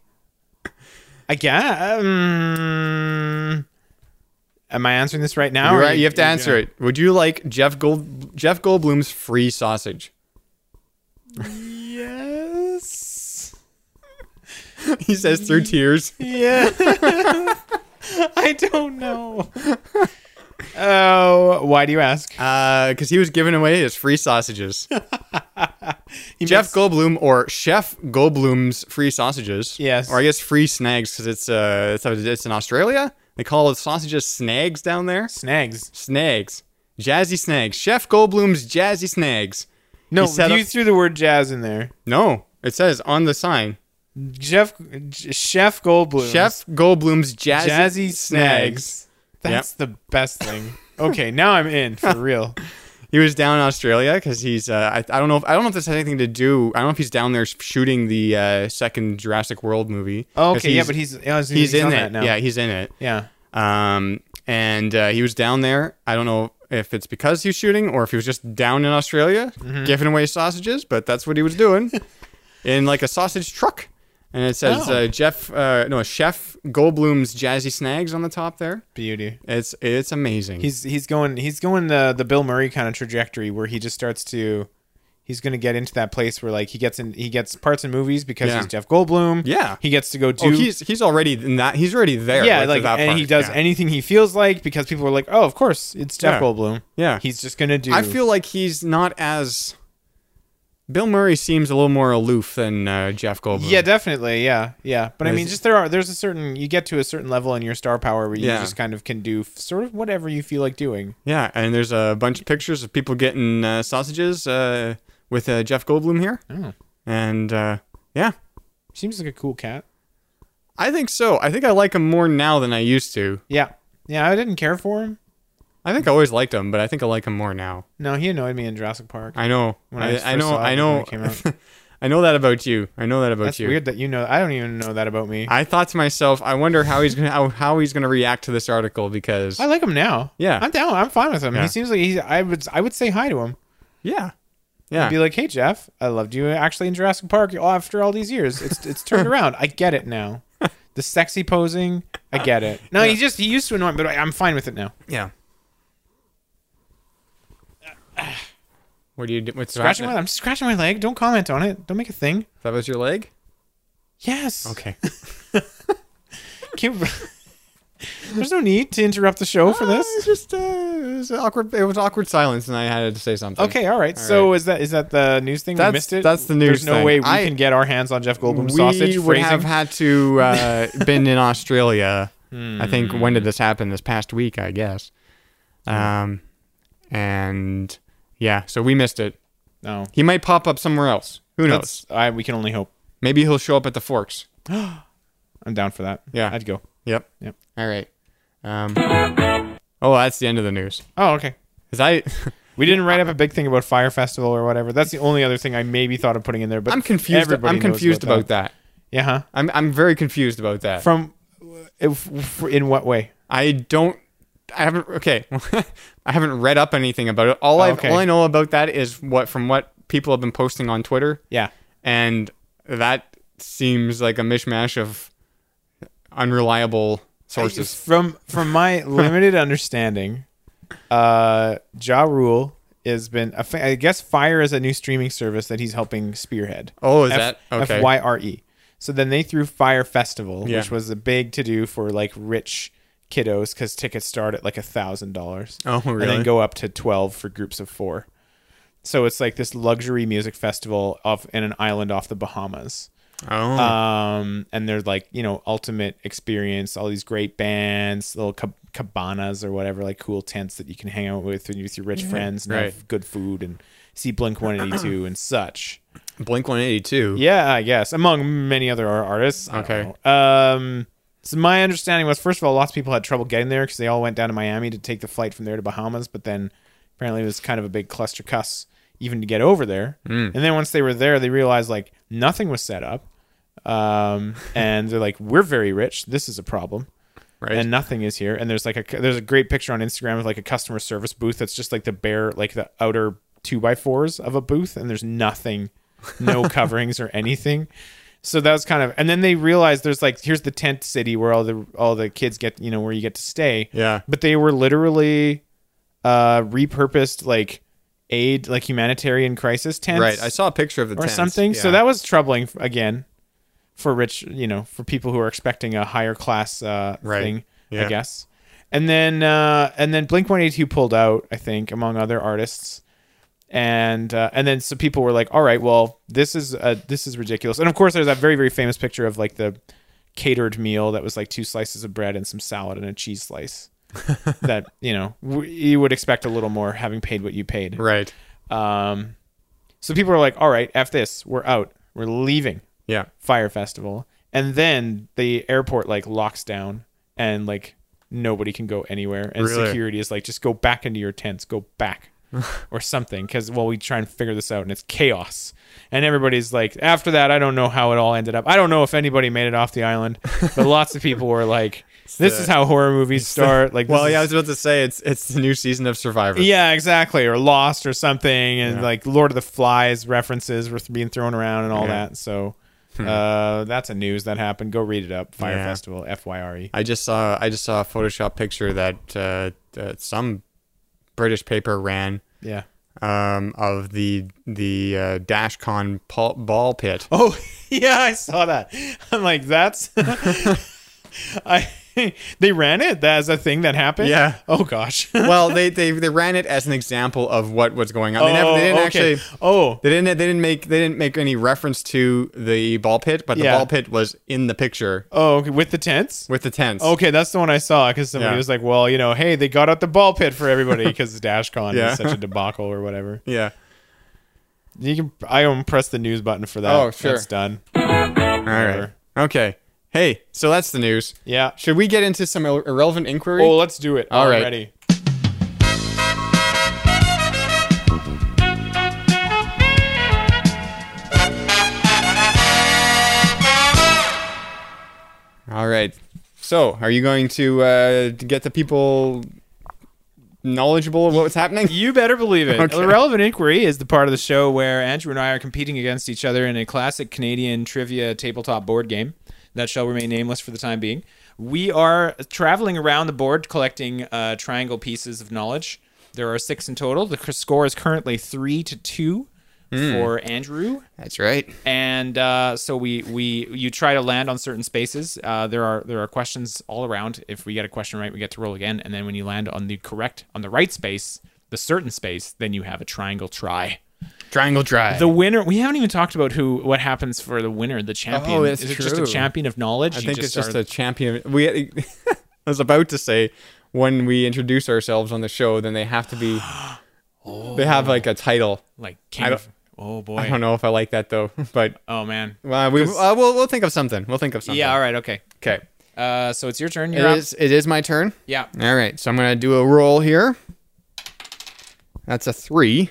I guess. Um, am I answering this right now? You're or- right. You have to answer it. Would you like Jeff Gold Jeff Goldblum's free sausage? (laughs) Yes. He says through tears. Yeah. (laughs) I don't know. Oh, why do you ask? Because uh, he was giving away his free sausages. He Jeff makes- Goldblum or Chef Goldblum's free sausages. Yes. Or I guess free snags because it's uh it's, it's in Australia. They call it sausages snags down there. snags. Snags. Jazzy snags. Chef Goldblum's jazzy snags. No, He set you up- threw the word jazz in there. No, it says on the sign. Jeff J- Chef Goldblum. Chef Goldblum's jazzy, Jazzy snags. Snags. That's the best thing. Okay, now I'm in for (laughs) real. He was down in Australia because he's. Uh, I, I don't know. If, I don't know if this has anything to do. I don't know if he's down there shooting the uh, second Jurassic World movie. 'Cause Oh, Okay, yeah, but he's he's, he's, in on it. that now. Yeah, he's in it. yeah. Um, and uh, he was down there. I don't know if it's because he was shooting or if he was just down in Australia Mm-hmm. giving away sausages, but that's what he was (laughs) doing in like a sausage truck. And it says Oh. uh, Jeff, uh, no, Chef Goldblum's Jazzy Snags on the top there. Beauty. It's it's amazing. He's he's going he's going the the Bill Murray kind of trajectory where he just starts to he's going to get into that place where like he gets in he gets parts in movies because Yeah. he's Jeff Goldblum. Yeah. He gets to go do oh, he's he's already in that. He's already there. yeah, with like, that and part. he does Yeah. anything he feels like because people are like, oh, of course, it's Jeff Yeah. Goldblum. Yeah. he's just gonna do. I feel like he's not as. Bill Murray seems a little more aloof than uh, Jeff Goldblum. Yeah, definitely. Yeah, yeah. But I Is- mean, just there are there's a certain you get to a certain level in your star power where you Yeah. just kind of can do f- sort of whatever you feel like doing. Yeah, and there's a bunch of pictures of people getting uh, sausages uh, with uh, Jeff Goldblum here. Oh. And uh, yeah, Seems like a cool cat. I think so. I think I like him more now than I used to. Yeah, yeah. I didn't care for him. I think I always liked him, but I think I like him more now. No, he annoyed me in Jurassic Park. I know. When I I, first I know. saw it I when know. it came out. (laughs) I know that about you. I know that about That's you. weird that you know. I don't even know that about me. I, I thought to myself, I wonder how he's gonna how, how he's gonna react to this article because like him now. Yeah. I'm down. I'm fine with him. Yeah. He seems like he's. I would. I would say hi to him. yeah, yeah. Be like, hey Jeff, I loved you actually in Jurassic Park. After all these years, it's (laughs) it's turned around. I get it now. The sexy posing, I get it. No, he just he used to annoy me, but I, I'm fine with it now. Yeah. What do you do? What's Scratching my, happening? I'm scratching my leg. Don't comment on it. Don't make a thing. That was your leg. Yes. Okay. Can't- (laughs) There's no need to interrupt the show for Uh, it's this. just uh, it was awkward. It was awkward silence, and I had to say something. Okay, all right. so is that is that the news thing? That's- we missed it. that's the news There's no thing. way we I- can get our hands on Jeff Goldblum we sausage would phrasing. have had to (laughs) uh, been in Australia. I think when did this happen? This past week, I guess. Um, and yeah, so we missed it. no, He might pop up somewhere else. Who knows? that's I. We can only hope. Maybe he'll show up at the Forks. I'm down for that. Yeah. I'd go. Yep. Yep. All right. Um, oh, that's the end of the news. Oh, okay. 'Cause I, (laughs) We didn't write up a big thing about Fire Festival or whatever. That's the only other thing I maybe thought of putting in there. But I'm confused. everybody I'm knows confused about, that. Yeah. Huh? I'm I'm very confused about that. From if, f- in what way? I don't. I haven't. Okay, (laughs) I haven't read up anything about it. All I Okay. all I know about that is what from what people have been posting on Twitter. Yeah. and that seems like a mishmash of unreliable sources. From from my (laughs) limited understanding, uh, Ja Rule has been. a fa- I guess Fire is a new streaming service that he's helping spearhead. Oh, is that- okay. F Y R E? So then they threw Fire Festival, Yeah. which was a big to do for like rich kiddos because tickets start at like a thousand dollars. Oh, And really? then go up to twelve for groups of four. So it's like this luxury music festival off in an island off the Bahamas Oh, um and they're like you know ultimate experience all these great bands little cab- cabanas or whatever like cool tents that you can hang out with and with your rich friends and Mm-hmm. Right. have good food and see blink 182 and such Blink One Eighty Two. yeah i guess among many other ar- artists I don't Okay. know. um so my understanding was first of all lots of people had trouble getting there because they all went down to miami to take the flight from there to bahamas but then apparently it was kind of a big cluster cuss even to get over there and then once they were there they realized like nothing was set up um, and they're like, "We're very rich. This is a problem." Right. And nothing is here. And there's like a there's a great picture on Instagram of like a customer service booth that's just like the bare like the outer two by fours of a booth, and there's nothing, (laughs) no coverings or anything. So that was kind of, and then they realized there's like here's the tent city where all the all the kids get you know where you get to stay. Yeah. But they were literally uh repurposed like aid like humanitarian crisis tents Right. I saw a picture of the or tents. something. So Yeah. that was troubling f- again for rich, you know, for people who are expecting a higher class uh, Right. thing, Yeah. I guess. And then uh, and then Blink One Eighty Two pulled out, I think, among other artists. And uh, and then so people were like, "All right, well, this is uh, this is ridiculous." And of course, there's that very very famous picture of like the catered meal that was like two slices of bread and some salad and a cheese (laughs) slice. that you know w- you would expect a little more having paid what you paid. right. Um, so people are like, all right, F this, we're out, we're leaving Yeah. Fire Festival. And then the airport like locks down and like nobody can go anywhere. And Really? security is like, just go back into your tents, go (laughs) back or something. Cause well, we try and figure this out and it's chaos. And everybody's like, after that, I don't know how it all ended up. I don't know if anybody made it off the island, but lots of people (laughs) were like, this the- is how horror movies start. Like, Well, this yeah, I is- was about to say it's it's the new season of Survivor. yeah, exactly. Or Lost or something, and Yeah. like Lord of the Flies references were th- being thrown around and all Yeah. Hmm. that. So uh, that's a news that happened. Go read it up. Fire Yeah. Festival, F Y R E. I just saw I just saw a Photoshop picture that uh, uh, some British paper ran Yeah. um, of the the uh, DashCon pal- ball pit. Oh (laughs) yeah, I saw that. I'm like, (laughs) that's. I they ran it as a thing that happened. Yeah. Oh gosh. well, they, they they ran it as an example of what was going on. They, never, (laughs) oh, they didn't okay. actually. Oh. They didn't. They didn't make. They didn't make any reference to the ball pit, but the Yeah. ball pit was in the picture Oh, okay, with the tents. with the tents. Okay, that's the one I saw because somebody Yeah. was like, "Well, you know, hey, they got out the ball pit for everybody because DashCon (laughs) Yeah. is such a debacle or whatever." Yeah. You can. I will press the news button for that. Oh, sure. It's done. All right. Whatever. Okay. Hey. So that's the news. Yeah. Should we get into some ir- irrelevant inquiry? Oh, let's do it. All right. Already. All right. So, are you going to uh, to get the people knowledgeable of what's happening? You better believe it. Okay. The Relevant Inquiry is the part of the show where Andrew and I are competing against each other in a classic Canadian trivia tabletop board game that shall remain nameless for the time being. We are traveling around the board collecting uh, triangle pieces of knowledge. There are six in total. The cr- score is currently three to two for Andrew. That's right. and uh, so we we you try to land on certain spaces. Uh, there are there are questions all around. If we get a question right, we get to roll again, and then when you land on the correct on the right space, the certain space, then you have a triangle try. Triangle Drive. The winner. We haven't even talked about who what happens for the winner, the champion. Oh, that's Is it just a true. champion of knowledge? I think it's just are- a champion. We. (laughs) I was about to say when we introduce ourselves on the show, then they have to be. They have like a title. like king. I don't- of- oh boy. I don't know if I like that though, (laughs) but Oh man. well, we uh, we'll, we'll think of something. We'll think of something. Yeah. All right. Okay. Okay. Uh, so it's your turn. It You're up. is. It is my turn. Yeah. All right. So I'm gonna do a roll here. That's a three.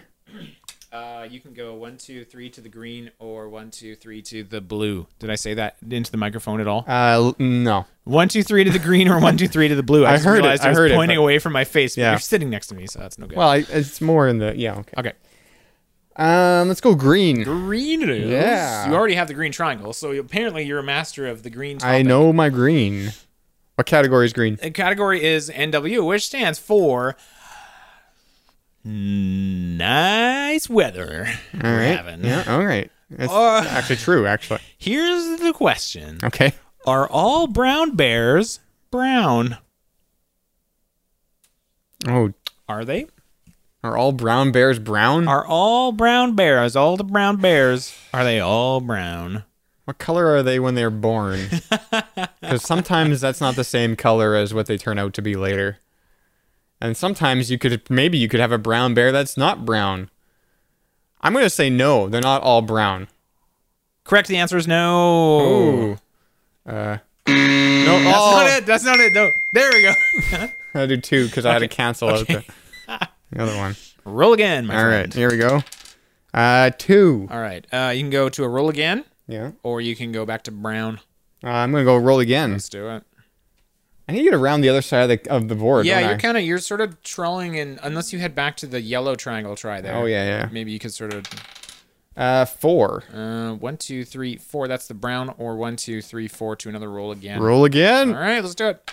Uh, you can go one, two, three to the green, or one, two, three to the blue. Did I say that into the microphone at all? Uh, l- no. One, two, three to the green, or one, two, three to the blue. (laughs) I, I just heard it. realized I I, was heard it, pointing but- away from my face. But Yeah. you're sitting next to me, so that's no good. Well, I, it's more in the yeah. Okay. okay. Um, let's go green. Green. it is. Yeah. You already have the green triangle, so apparently you're a master of the green. Topic. I know my green. What category is green? The category is NW, which stands for nice weather. All we're right. having. Yeah. All right. That's Uh. actually true. Actually. Here's the question: Okay. Are all brown bears brown? Oh, Are they? are all brown bears brown? Are all brown bears? All the brown bears are they all brown? What color are they when they're (laughs) born? Because sometimes that's not the same color as what they turn out to be later. And sometimes you could maybe you could have a brown bear that's not brown. I'm gonna say no, they're not all brown. Correct. The answer is no. Ooh. Oh. Uh, no, that's That's not it. That's not it. No. There we go. (laughs) I do two because I had to cancel out the, the other (laughs) one. roll again. My All friend. right, here we go. Uh, two. All right. Uh, you can go to a roll again, Yeah. or you can go back to brown. Uh, I'm gonna go roll again. Let's do it. I need to get around the other side of the of the board. Yeah, don't you're I? kind of you're sort of trolling in unless you head back to the yellow triangle try there. Oh yeah, Maybe you could sort of yeah. Uh, four. uh, one, two, three, four. That's the brown, or one, two, three, four to another roll again. Roll again. All right, let's do it.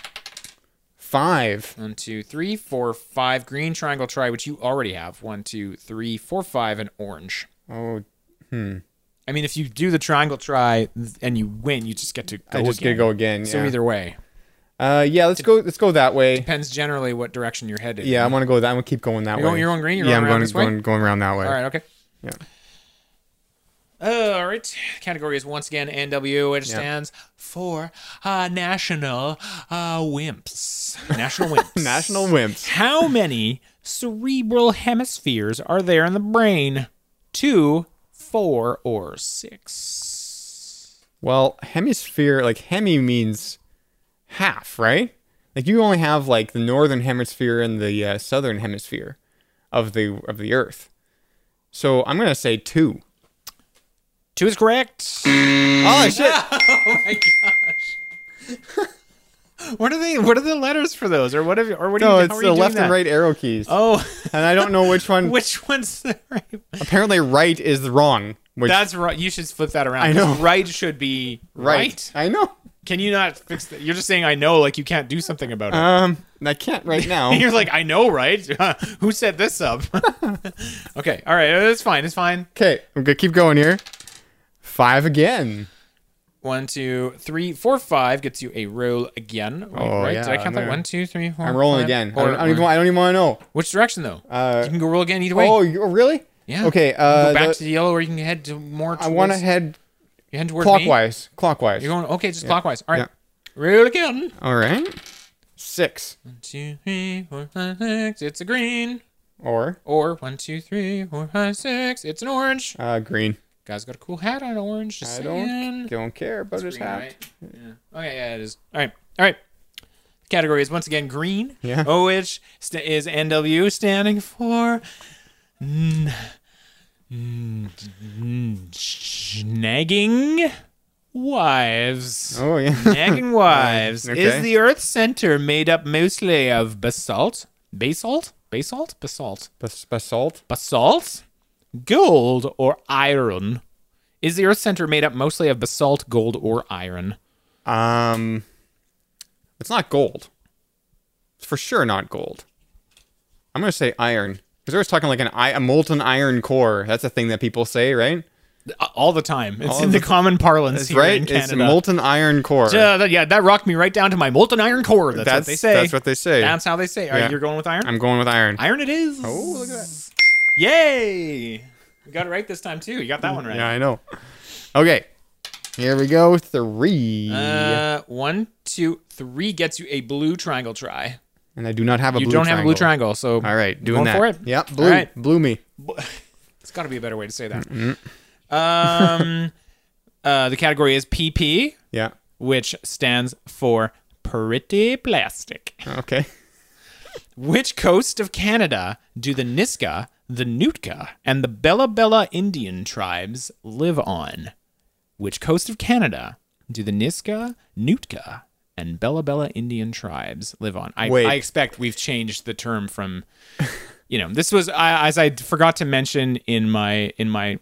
Five. One, two, three, four, five. Green triangle try, which you already have. One, two, three, four, five, and orange. Oh, I mean, if you do the triangle try th- and you win, you just get to go I just again. get to go again. Yeah. So either way, Uh, yeah. Let's go. Let's go that way. depends generally what direction you're headed. Yeah, I'm gonna go. That. I'm gonna keep going that You're going- way. you're going green? You're yeah, I'm going around going this way? going going around that way. All right. Okay. Yeah. Uh, all right. Category is once again NW, which Yeah. stands for uh, National uh, Wimps. (laughs) National Wimps. National wimps. How many cerebral hemispheres are there in the brain? Two, four, or six? Well, hemisphere like hemi means half, right? Like you only have like the northern hemisphere and the uh, southern hemisphere of the of the Earth. So I'm gonna say two. Two is correct. Oh (laughs) shit! Oh my gosh. (laughs) what are they? What are the letters for those? Or what? Have, you- or what? Are No, you, it's how are you the doing left that? and right arrow keys, (laughs) Oh, (laughs) and I don't know which one. which one's the right? Apparently, right is the wrong. Which That's right. You should flip that around. I 'cause know. Right should be right. I know. Can you not fix that? You're just saying I know, like you can't do something about it. Um, I can't right now. (laughs) You're like I know, right? (laughs) Who set this up? (laughs) okay, all right, it's fine. It's fine. Okay, I'm gonna keep going here. Five again. One, two, three, four, five gets you a roll again. Wait, Oh, right? yeah, Did I count there. that? One, two, three, four. I'm rolling five, again. I Or, don't, I don't even, I don't even want to know. which direction though? Uh, you can go roll again either way. Oh, you, oh, really? yeah. Okay. You Uh, can go back the- to the yellow, or you can head to more. Towards, I want to head you head towards me? clockwise. Clockwise. You're going okay, just clockwise. All right, Yeah. roll again. All right. Six two, three, four, five, six. It's a green. or Or one, two, three, four, five, six. It's an orange. uh, green. Guy's got a cool hat on orange. Just I don't saying. don't care about his Green, hat. right? Yeah. Okay, yeah, it is. All right, all right. Category is once again green. Yeah. Oh, which st- is NW standing for? n- n- n- Snagging wives. Oh (laughs) yeah. Nagging wives. Okay. Is the Earth's center made up mostly of basalt, basalt, basalt, basalt, Bas- basalt. basalt, gold, or iron? Is the Earth's center made up mostly of basalt, gold, or iron? Um, it's not gold. It's for sure not gold. I'm gonna say iron because they was talking like an i- a molten iron core. That's a thing that people say, right? Uh, All the time. It's All in the the common parlance here right. in It's Canada. a molten iron core. yeah, that, yeah, that rocked me right down to my molten iron core. That's, what they say. That's what they say. That's how they say. All right, Yeah. you're going with iron? I'm going with iron. iron it is. Oh, look at that. Yay! You got it right this time, too. You got that one right. Yeah, I know. Okay. Here we go. Three. Uh, one, two, three gets you a blue triangle try. and I do not have a You blue don't have a blue triangle. triangle, so All right. Doing Going that. for it? Yep. All Blue. right. Blue me. it's got to be a better way to say that. (laughs) Um, uh, the category is PP, Yeah. which stands for pretty plastic. Okay. Which coast of Canada do the Niska, the Nootka, and the Bella Bella Indian tribes live on? Which coast of Canada do the Niska, Nootka, and Bella Bella Indian tribes live on? I, Wait. I expect we've changed the term from you know, this was I, as I forgot to mention in my in my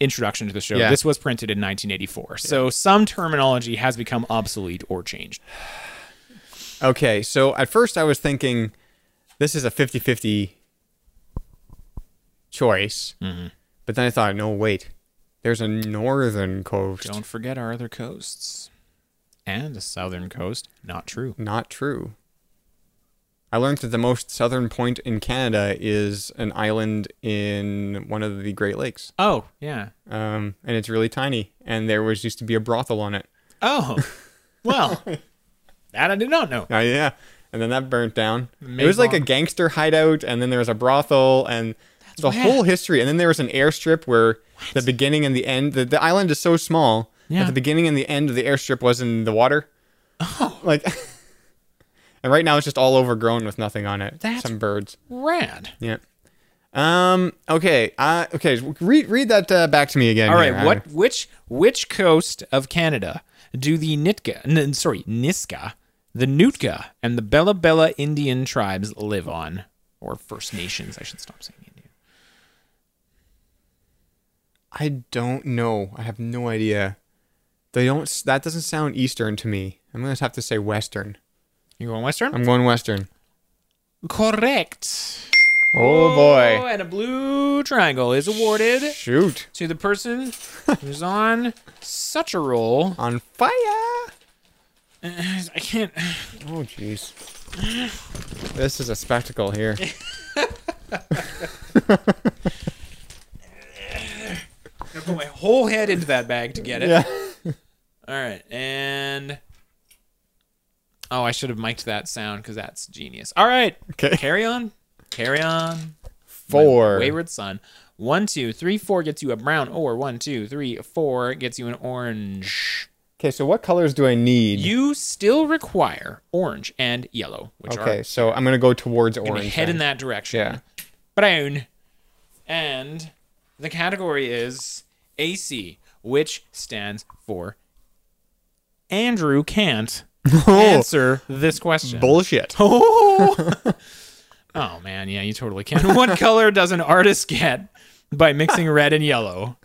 introduction to the show. Yeah. This was printed in 1984, so some terminology has become obsolete or changed. Okay, so at first I was thinking this is a 50 50 choice. Mm-hmm. But then I thought, no, wait, there's a northern coast. Don't forget our other coasts and the southern coast. Not true. Not true. I learned that the most southern point in Canada is an island in one of the Great Lakes. Oh yeah. Um, and it's really tiny. And there was used to be a brothel on it. Oh well, that I did not (laughs) know. Uh, yeah. And then that burnt down. Made it was like a bomb. gangster hideout, and then there was a brothel, and the whole history. And then there was an airstrip where the beginning and the end, the, the island is so small Yeah. that the beginning and the end of the airstrip was in the water. Oh. (laughs) Like, and right now it's just all overgrown with nothing on it. That's- Some birds. Rad. Yeah. Um. Okay. Uh. Okay. Read read that uh, back to me again. All here, right, what Adam. which which coast of Canada do the Nitka, n- sorry, Niska, the Nootka, and the Bella Bella Indian tribes live on, or First Nations? I should stop saying Indian. I don't know. I have no idea. They don't. s- That doesn't sound eastern to me. I'm gonna have to say western. You going Western? I'm going western. Correct. Oh boy. and a blue triangle is awarded Shoot. to the person who's on such a roll. On fire. I can't. Oh jeez. This is a spectacle (laughs) here. I put my whole head into that bag to get it. Yeah. All right, and oh, I should have mic'd that sound because that's genius. All right, Okay. carry on, carry on. My Four. wayward son. One, two, three, four gets you a brown, or one, two, three, four gets you an orange. Okay. So what colors do I need? You still require orange and yellow, which are okay. So I'm gonna go towards gonna orange. head in then. that direction. Yeah. Brown. And the category is AC, which stands for Andrew can't answer this (laughs) question. Bullshit. (laughs) oh. oh man, yeah, you totally can. What color does an artist get by mixing red and yellow?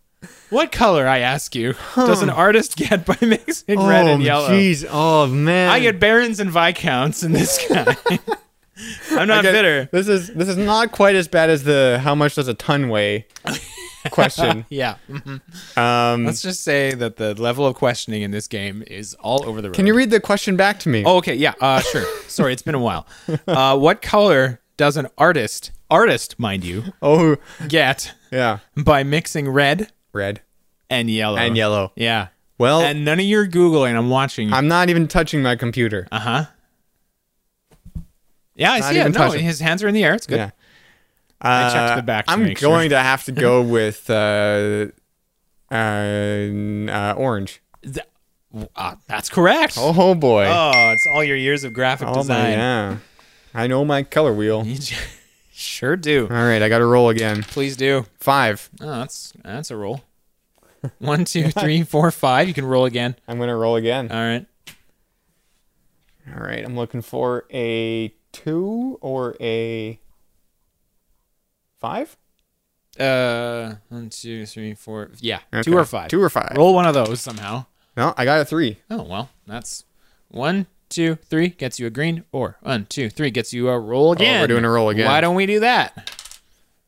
What color, I ask you, does an artist get by mixing red and yellow? Jeez. Oh man. I get barons and viscounts in this guy. I'm not Okay, bitter. This is this is not quite as bad as the how much does a ton (laughs) weigh question. Yeah. Um, Let's just say that the level of questioning in this game is all over the road. can you read the question back to me? Oh, okay. Yeah. (laughs) Uh, sure. Sorry, it's been a while. Uh, what color does an artist, artist, mind you, Oh, get yeah, by mixing red red and yellow? and yellow. Yeah. Well, Uh-huh. And none of your googling. I'm watching. I'm not even touching my computer. Uh huh. Yeah, I Not see it. even No, touching. his hands are in the air. It's good. Yeah. I checked Uh, the back to I'm make sure. going to have to (laughs) go with uh, uh, uh, orange. Th- uh, that's correct. Oh. Oh boy! it's all your years of graphic Oh, my- design. yeah. I know my color wheel. (laughs) You j- (laughs) sure do. All right, I got to roll again. Please do. Five. Oh, that's that's a (laughs) roll. One, two, three, four, five. You can roll again. I'm gonna roll again. All right. All right, I'm looking for a two or a five. Uh, one, two, three, four. Yeah, Okay. two or five. Two or five. Roll one of those somehow. No, I got a three. Oh well, that's one, two, three gets you a green, or one, two, three gets you a roll again. Oh, doing a roll again. Why don't we do that?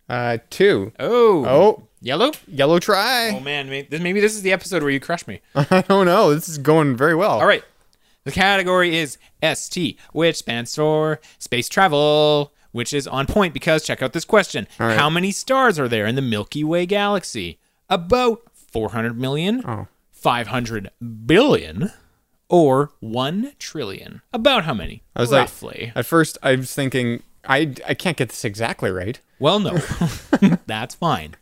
Uh, two. Oh, Oh, yellow. yellow (laughs) Oh try. man, may- this- maybe this is the episode where you crush me. I don't know. This is going very well. All right. The category is ST, which stands for space travel, which is on point because check out this question. right. How many stars are there in the Milky Way galaxy? About 400 million, Oh. 500 billion, or 1 trillion. About how many? I was like- Roughly. At first, I was thinking I I can't get this exactly right. well, no. (laughs) That's fine.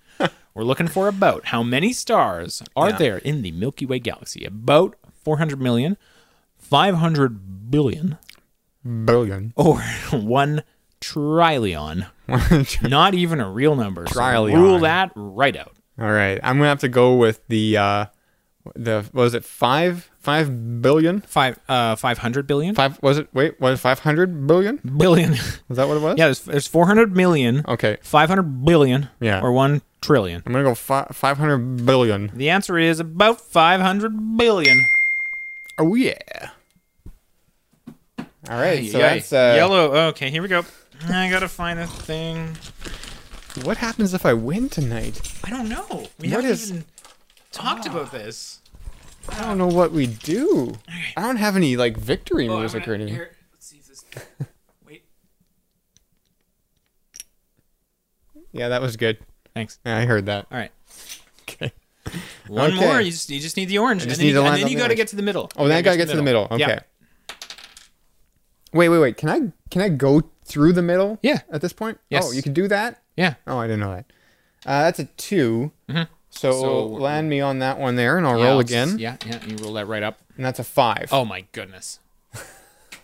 We're looking for about how many stars are there in the Milky Way galaxy? About 400 million, 500 billion, Billion. (laughs) or (laughs) one trillion. Not even a real number. so Trillion. rule that right out. All right, I'm gonna have to go with the uh, the what was it five five billion Five uh five hundred billion? five was it wait was it five hundred billion billion. (laughs) was that what it was yeah, there's, there's four hundred million. okay Five hundred billion. Oh. Yeah. Or one trillion. I'm gonna go fi- five hundred billion The answer is about five hundred billion. oh yeah all right so Yeah, that's uh, yellow. Okay, here we go. I gotta find this thing. what happens if I win tonight I don't know. We What haven't is- even talked about this. I don't know what we do I don't have any like victory music or anything let's see if this. Wait. yeah that was good Thanks. yeah, I heard that All right. okay One Okay. more. You just, you just need the orange. just and then, need you, to and line then up you the got to orange. get to the middle. oh then I gotta get to the middle okay Yeah. wait wait wait can I can I go through the middle Yeah. at this point Yes. oh you can do that Yeah. Oh, I didn't know that. Uh, that's a 2 So, Mm-hmm. So- land me on that one there, and I'll Yeah, roll I'll again. just- Yeah. Yeah. You roll that right up. And that's a five. Oh my goodness.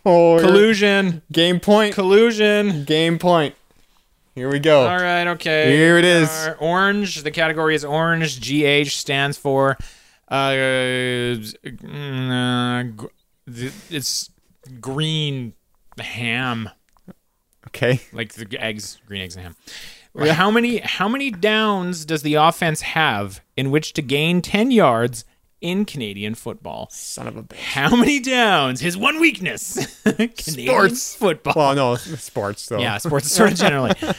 Oh, you're- Collusion. game point. Collusion. game point. Here we go. All right. Okay. Here it is. Our orange. The category is orange. GH stands for. Uh, mm, uh, gr- th- it's green ham. Okay. (laughs) like the eggs, green eggs and ham. How many how many downs does the offense have in which to gain ten yards in Canadian football? Son of a bitch. How many downs? His one weakness. (laughs) Canadian Sports. football. Well, no, it's sports, though. yeah, sports sort (laughs) of generally. H-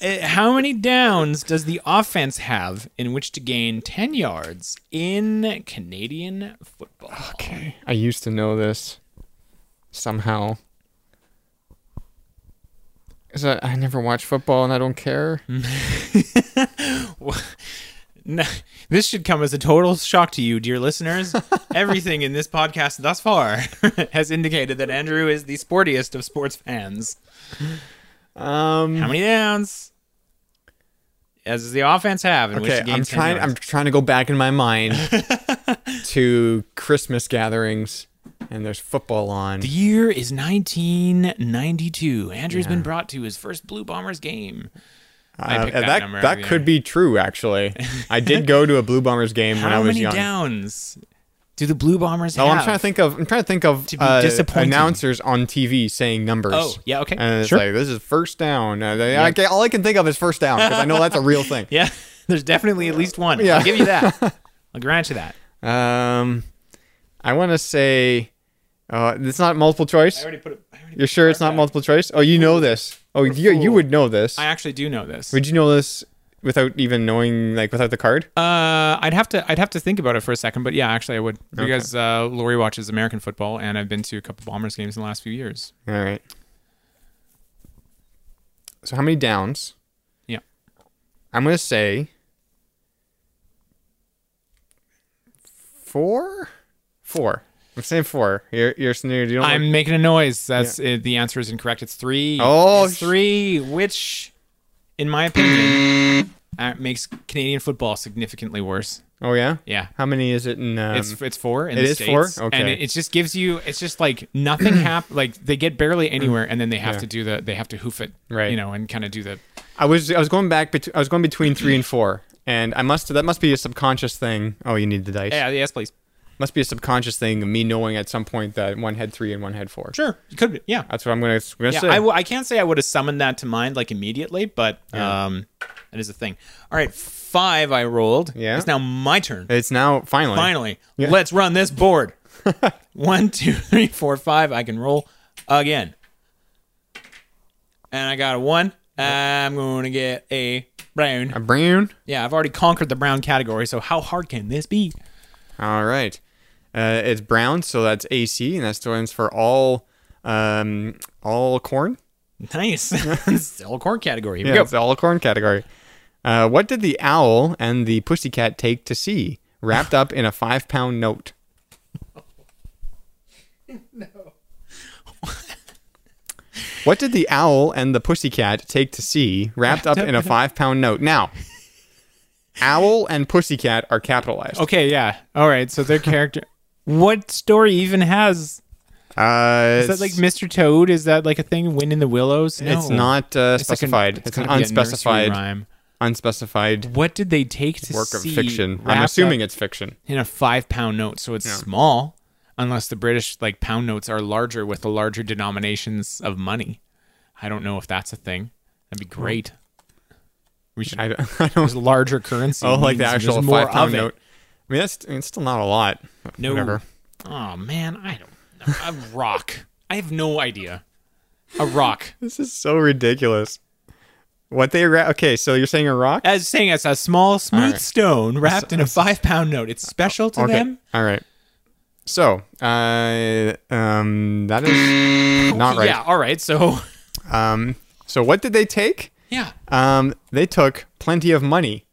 uh, How many downs does the offense have in which to gain ten yards in Canadian football? Okay. I used to know this somehow. Is that I never watch football and I don't care. Hmm. No, (laughs) this should come as a total shock to you, (laughs) dear listeners. Everything in this podcast thus far (laughs) has indicated that Andrew is the sportiest of sports fans. Um. How many downs? As does the offense have in which Okay. the game I'm trying. I'm trying to go back in my (laughs) mind to Christmas gatherings, and there's football on. The year is 1992. Andrew's Yeah. been brought to his first Blue Bombers game. I Uh, picked that that number that every could be true, actually. I did go to a Blue Bombers game when I How was many young. downs do the Blue Bombers Oh, have? I'm trying to think of I'm trying to think of To be uh, disappointing. announcers on TV saying numbers. Oh, yeah, okay. And it's Sure. like this is first down. Uh, they- I ca- all I can think of is first down because I know that's a real thing. Yeah, (laughs) there's definitely at least one. Yeah. I'll give you that. I'll grant you that. (laughs) Um, I want to say uh, it's not multiple I choice. already put it. I already You're sure it's not multiple choice? Oh, you know this. Oh, you you would know this. I actually do know this. Would you know this without even knowing, like without the card? Uh, I'd have to I'd have to think about it for a second, but yeah, actually I would because uh, Lori watches American football, and I've been to a couple Bombers games in the last few years. All right. So how many downs? Yeah. I'm gonna say four. Four. I'm saying four. You're you're sneered. You don't. I'm making a noise. That's uh the answer is incorrect. It's three. Oh, It's sh- three, which, in my opinion, uh, makes Canadian football significantly worse. oh yeah. Yeah. How many is it in? Um, It's it's four. In it the is four? States, Okay. And it, it just gives you. It's just like (clears throat) nothing happen. Like they get barely anywhere, and then they have Yeah. to do the. They have to hoof it. Right. You know, and kind of do the. I was I was going back. Bet- I was going between three and four, and I must that must be a subconscious thing. Oh, you need the dice. Yeah. Yes, please. Must be a subconscious thing. of Me knowing at some point that one had three and one had four. Sure. You could. Be, yeah. That's what I'm gonna, gonna Yeah, say. I, w- I can't say I would have summoned that to mind like immediately, but um, that is a thing. All right, five I rolled. Yeah. It's now my turn. it's now finally. Finally, let's run this board. (laughs) One, two, three, four, five. I can roll again. And I got a one. I'm going to get a brown. A brown. Yeah, I've already conquered the brown category, so how hard can this be? All right. Uh, it's brown, so that's AC, and that stands for all um, all corn. (laughs) Nice. Still a core category. Here Yeah, we go. it's the all corn category. Uh, what did the owl and the pussycat take to sea, wrapped up in a five pound note? no. what did the owl and the pussycat take to sea, wrapped up in a five pound note? Now, owl and pussycat are capitalized. Okay, yeah. All right, so their character. (laughs) what story even has Uh, Is that like Mr. Toad? Is that like a thing? Wind in the Willows? No. It's not uh, It's like an- specified. it's gotta an be a nursery unspecified, rhyme. unspecified What did they take to work of see fiction. I'm wrapped assuming up it's fiction. in a five pound note, so it's small, unless the British like pound notes are larger with the larger denominations of money. I don't know if that's a thing. That'd be great. We should I (laughs) don't, I don't there's (laughs) larger currency. oh, like the means there's actual more five pound of it. note. I mean, that's I mean, it's still not a lot. No. Whatever. Oh man, I don't know. A rock. I have no idea. A rock. This is so ridiculous. What they ra- okay? So you're saying a rock? As saying it's a small, smooth right. stone wrapped in a five pound note. It's special to okay. them. All right. So, uh, um, that is (laughs) not right. Yeah, all right. So (laughs) Um, so what did they take? yeah. Um, they took plenty of money.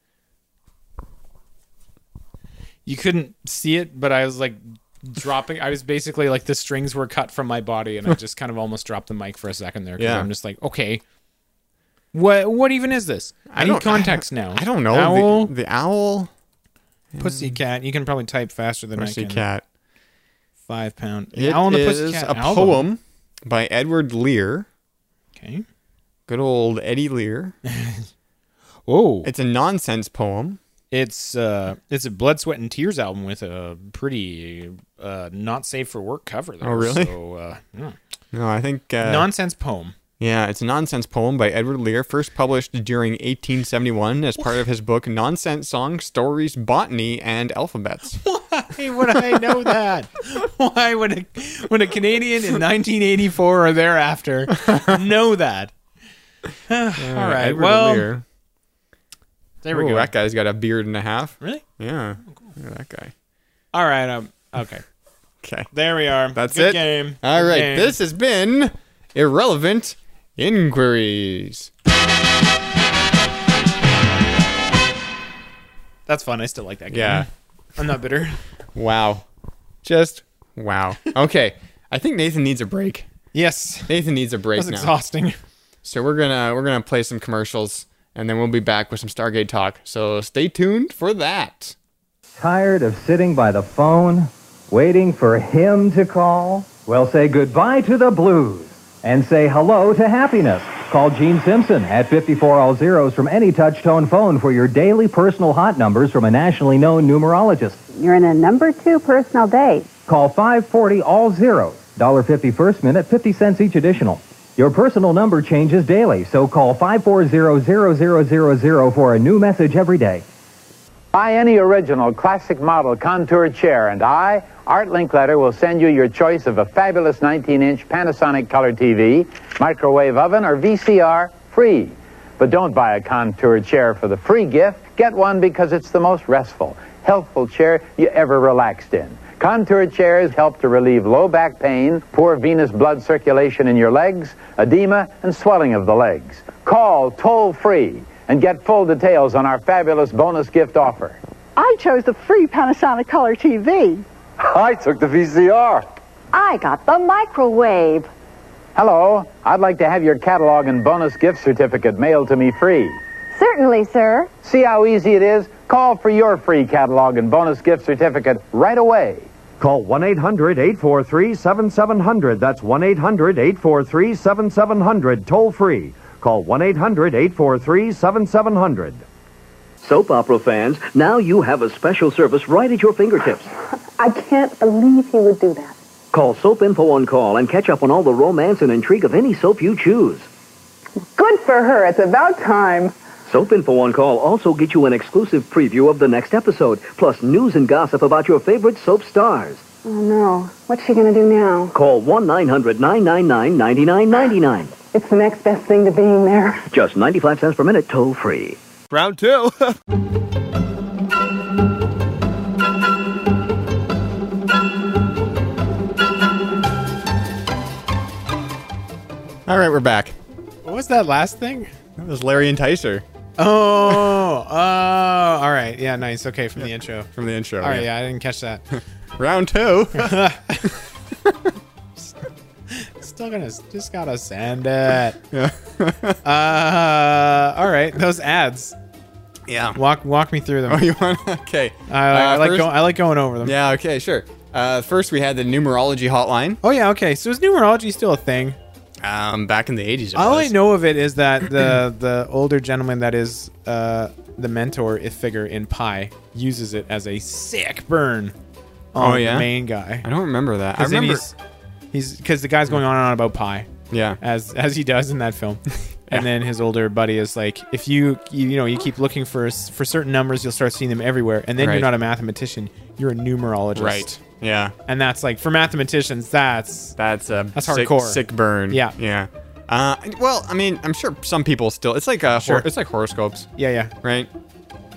You couldn't see it, but I was like dropping I was basically like the strings were cut from my body and I just kind of almost dropped the mic for a second there 'cause Yeah. I'm just like, okay. What what even is this? I, need don't- context now. I don't know. Owl, The, the owl, pussycat. You can probably type faster than I can. pussycat. Five pound. It Owl and the is Pussycat a album. poem by Edward Lear. Okay. Good old Eddie (laughs) Lear. Whoa. It's a nonsense poem. It's uh it's a Blood, Sweat and Tears album with a pretty uh not safe for work cover though. Oh, really? So uh yeah. No, I think uh, nonsense poem. Yeah, it's a nonsense poem by Edward Lear, first published during 1871 as part of his book Nonsense Songs, Stories, Botany, and Alphabets. Why would I (laughs) know that? Why would a would a Canadian in 1984 (laughs) or thereafter know that? (sighs) All right. Uh, Edward well, Lear. there we Ooh, go. that guy's got a beard and a half. Really? Yeah, Look at that guy. All right. Um. Okay. Okay, There we are. that's Good it. Game. All Good right, game. this has been irrelevant inquiries. That's fun. I still like that game. Yeah, I'm not bitter. wow, just wow. Okay, I think Nathan needs a break. Yes. Nathan needs a break That's now. exhausting. So we're gonna we're gonna play some commercials and then we'll be back with some Stargate talk. So stay tuned for that. Tired of sitting by the phone, waiting for him to call? Well, say goodbye to the blues and say hello to happiness. Call Gene Simpson at 54 all zeros from any touch-tone phone for your daily personal hot numbers from a nationally known numerologist. You're in a number two personal date. Call 540 all zeros. $1.50 first minute, 50 cents each additional. Your personal number changes daily, so call 540 for a new message every day. Buy any original classic model contour chair, and I, Art Linkletter, will send you your choice of a fabulous 19-inch Panasonic color TV, microwave oven, or VCR free. But don't buy a contour chair for the free gift. Get one because it's the most restful, healthful chair you ever relaxed in. Contour chairs help to relieve low back pain, poor venous blood circulation in your legs, edema, and swelling of the legs. Call toll free and get full details on our fabulous bonus gift offer. I chose the free Panasonic Color TV. I took the VCR. I got the microwave. Hello, I'd like to have your catalog and bonus gift certificate mailed to me free. Certainly, sir. See how easy it is? Call for your free catalog and bonus gift certificate right away. Call 1 800 843 7700. That's 1 800 843 7700. Toll free. Call 1 800 843 7700. Soap opera fans, now you have a special service right at your fingertips. I can't believe he would do that. Call Soap Info on Call and catch up on all the romance and intrigue of any soap you choose. Good for her. It's about time. Soap Info on Call also gets you an exclusive preview of the next episode, plus news and gossip about your favorite soap stars. Oh no. What's she gonna do now? Call 1-900-999-9999. It's the next best thing to being there. Just 95 cents per minute, toll free. Round (laughs) two. All right, we're back. What was that last thing? That was Larry and Ticer (laughs) Oh, oh, all right. Yeah, nice. Okay, from the intro. from the intro. All right, yeah, I didn't catch (laughs) that. Round two. (laughs) Oh, Still gonna just gotta send (laughs) it. uh, all right, those ads. yeah. Walk walk me through them. Oh, you want? Okay. I, I Uh, like first- go, I like going over them. Yeah. Okay. Sure. Uh, first, we had the numerology hotline. Oh yeah. Okay. So is numerology still a thing? Um, back in the eighties. All Oh, I know of it is that (clears throat) the the older gentleman that is uh, the mentor if figure in Pi uses it as a sick burn on Oh, yeah? the main guy. I don't remember that. I 'Cause then remember. he's because the guy's going on and on about Pi Yeah. as as he does in (laughs) that film. Yeah. And then his older buddy is like, if you, you you know you keep looking for s- for certain numbers, you'll start seeing them everywhere. And then Right. you're not a mathematician, you're a numerologist. Right. Yeah. And that's like for mathematicians, that's That's a That's sick, hardcore. Sick burn. Yeah. Yeah. Uh, well, I mean, I'm sure some people still. It's like a. Sure. Hor- it's like horoscopes, yeah yeah. right?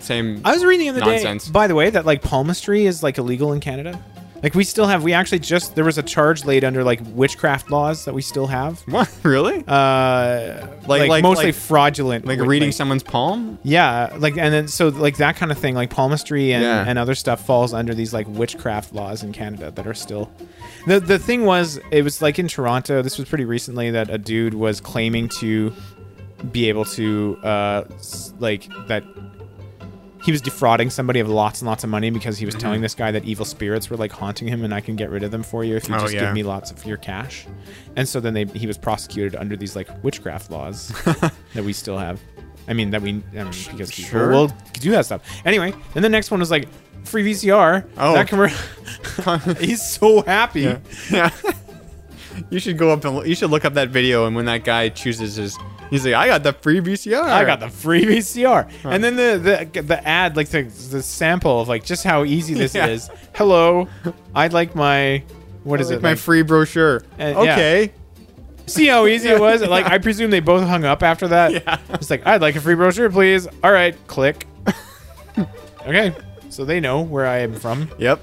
Same. I was reading the other Nonsense. day, by the way, that like palmistry is like illegal in Canada. Like we still have, we actually just there was a charge laid under like witchcraft laws that we still have. (laughs) what really? Uh, Like- like, like- mostly like- fraudulent, like wit- reading someone's palm. yeah, like and then so like that kind of thing, like palmistry and, Yeah. and other stuff falls under these like witchcraft laws in Canada that are still. The the thing was, it was like in Toronto. This was pretty recently that a dude was claiming to be able to uh s- like that he was defrauding somebody of lots and lots of money because Mm-hmm. he was telling this guy that evil spirits were like haunting him and I can get rid of them for you if you Oh, just yeah. give me lots of your cash. And so then they he was prosecuted under these like (laughs) witchcraft laws that we still have. I mean that we I mean, because people sure. will do that stuff. Anyway, then the next one was like free VCR. Oh. that commercial. (laughs) He's so happy. (laughs) Yeah. you should go up and l- you should look up that video, and when that guy chooses his, he's like, I got the free VCR. I got the free VCR. And then the, the the ad, like the the sample of like just how easy (laughs) this Yeah. is. Hello, I'd like my what is Like it? my like- free brochure. Uh, yeah. okay. see how easy it was. Like I presume they both hung up after that. Yeah. It's like I'd like a free brochure, please. All right, click. (laughs) okay, so they know where I am from. Yep.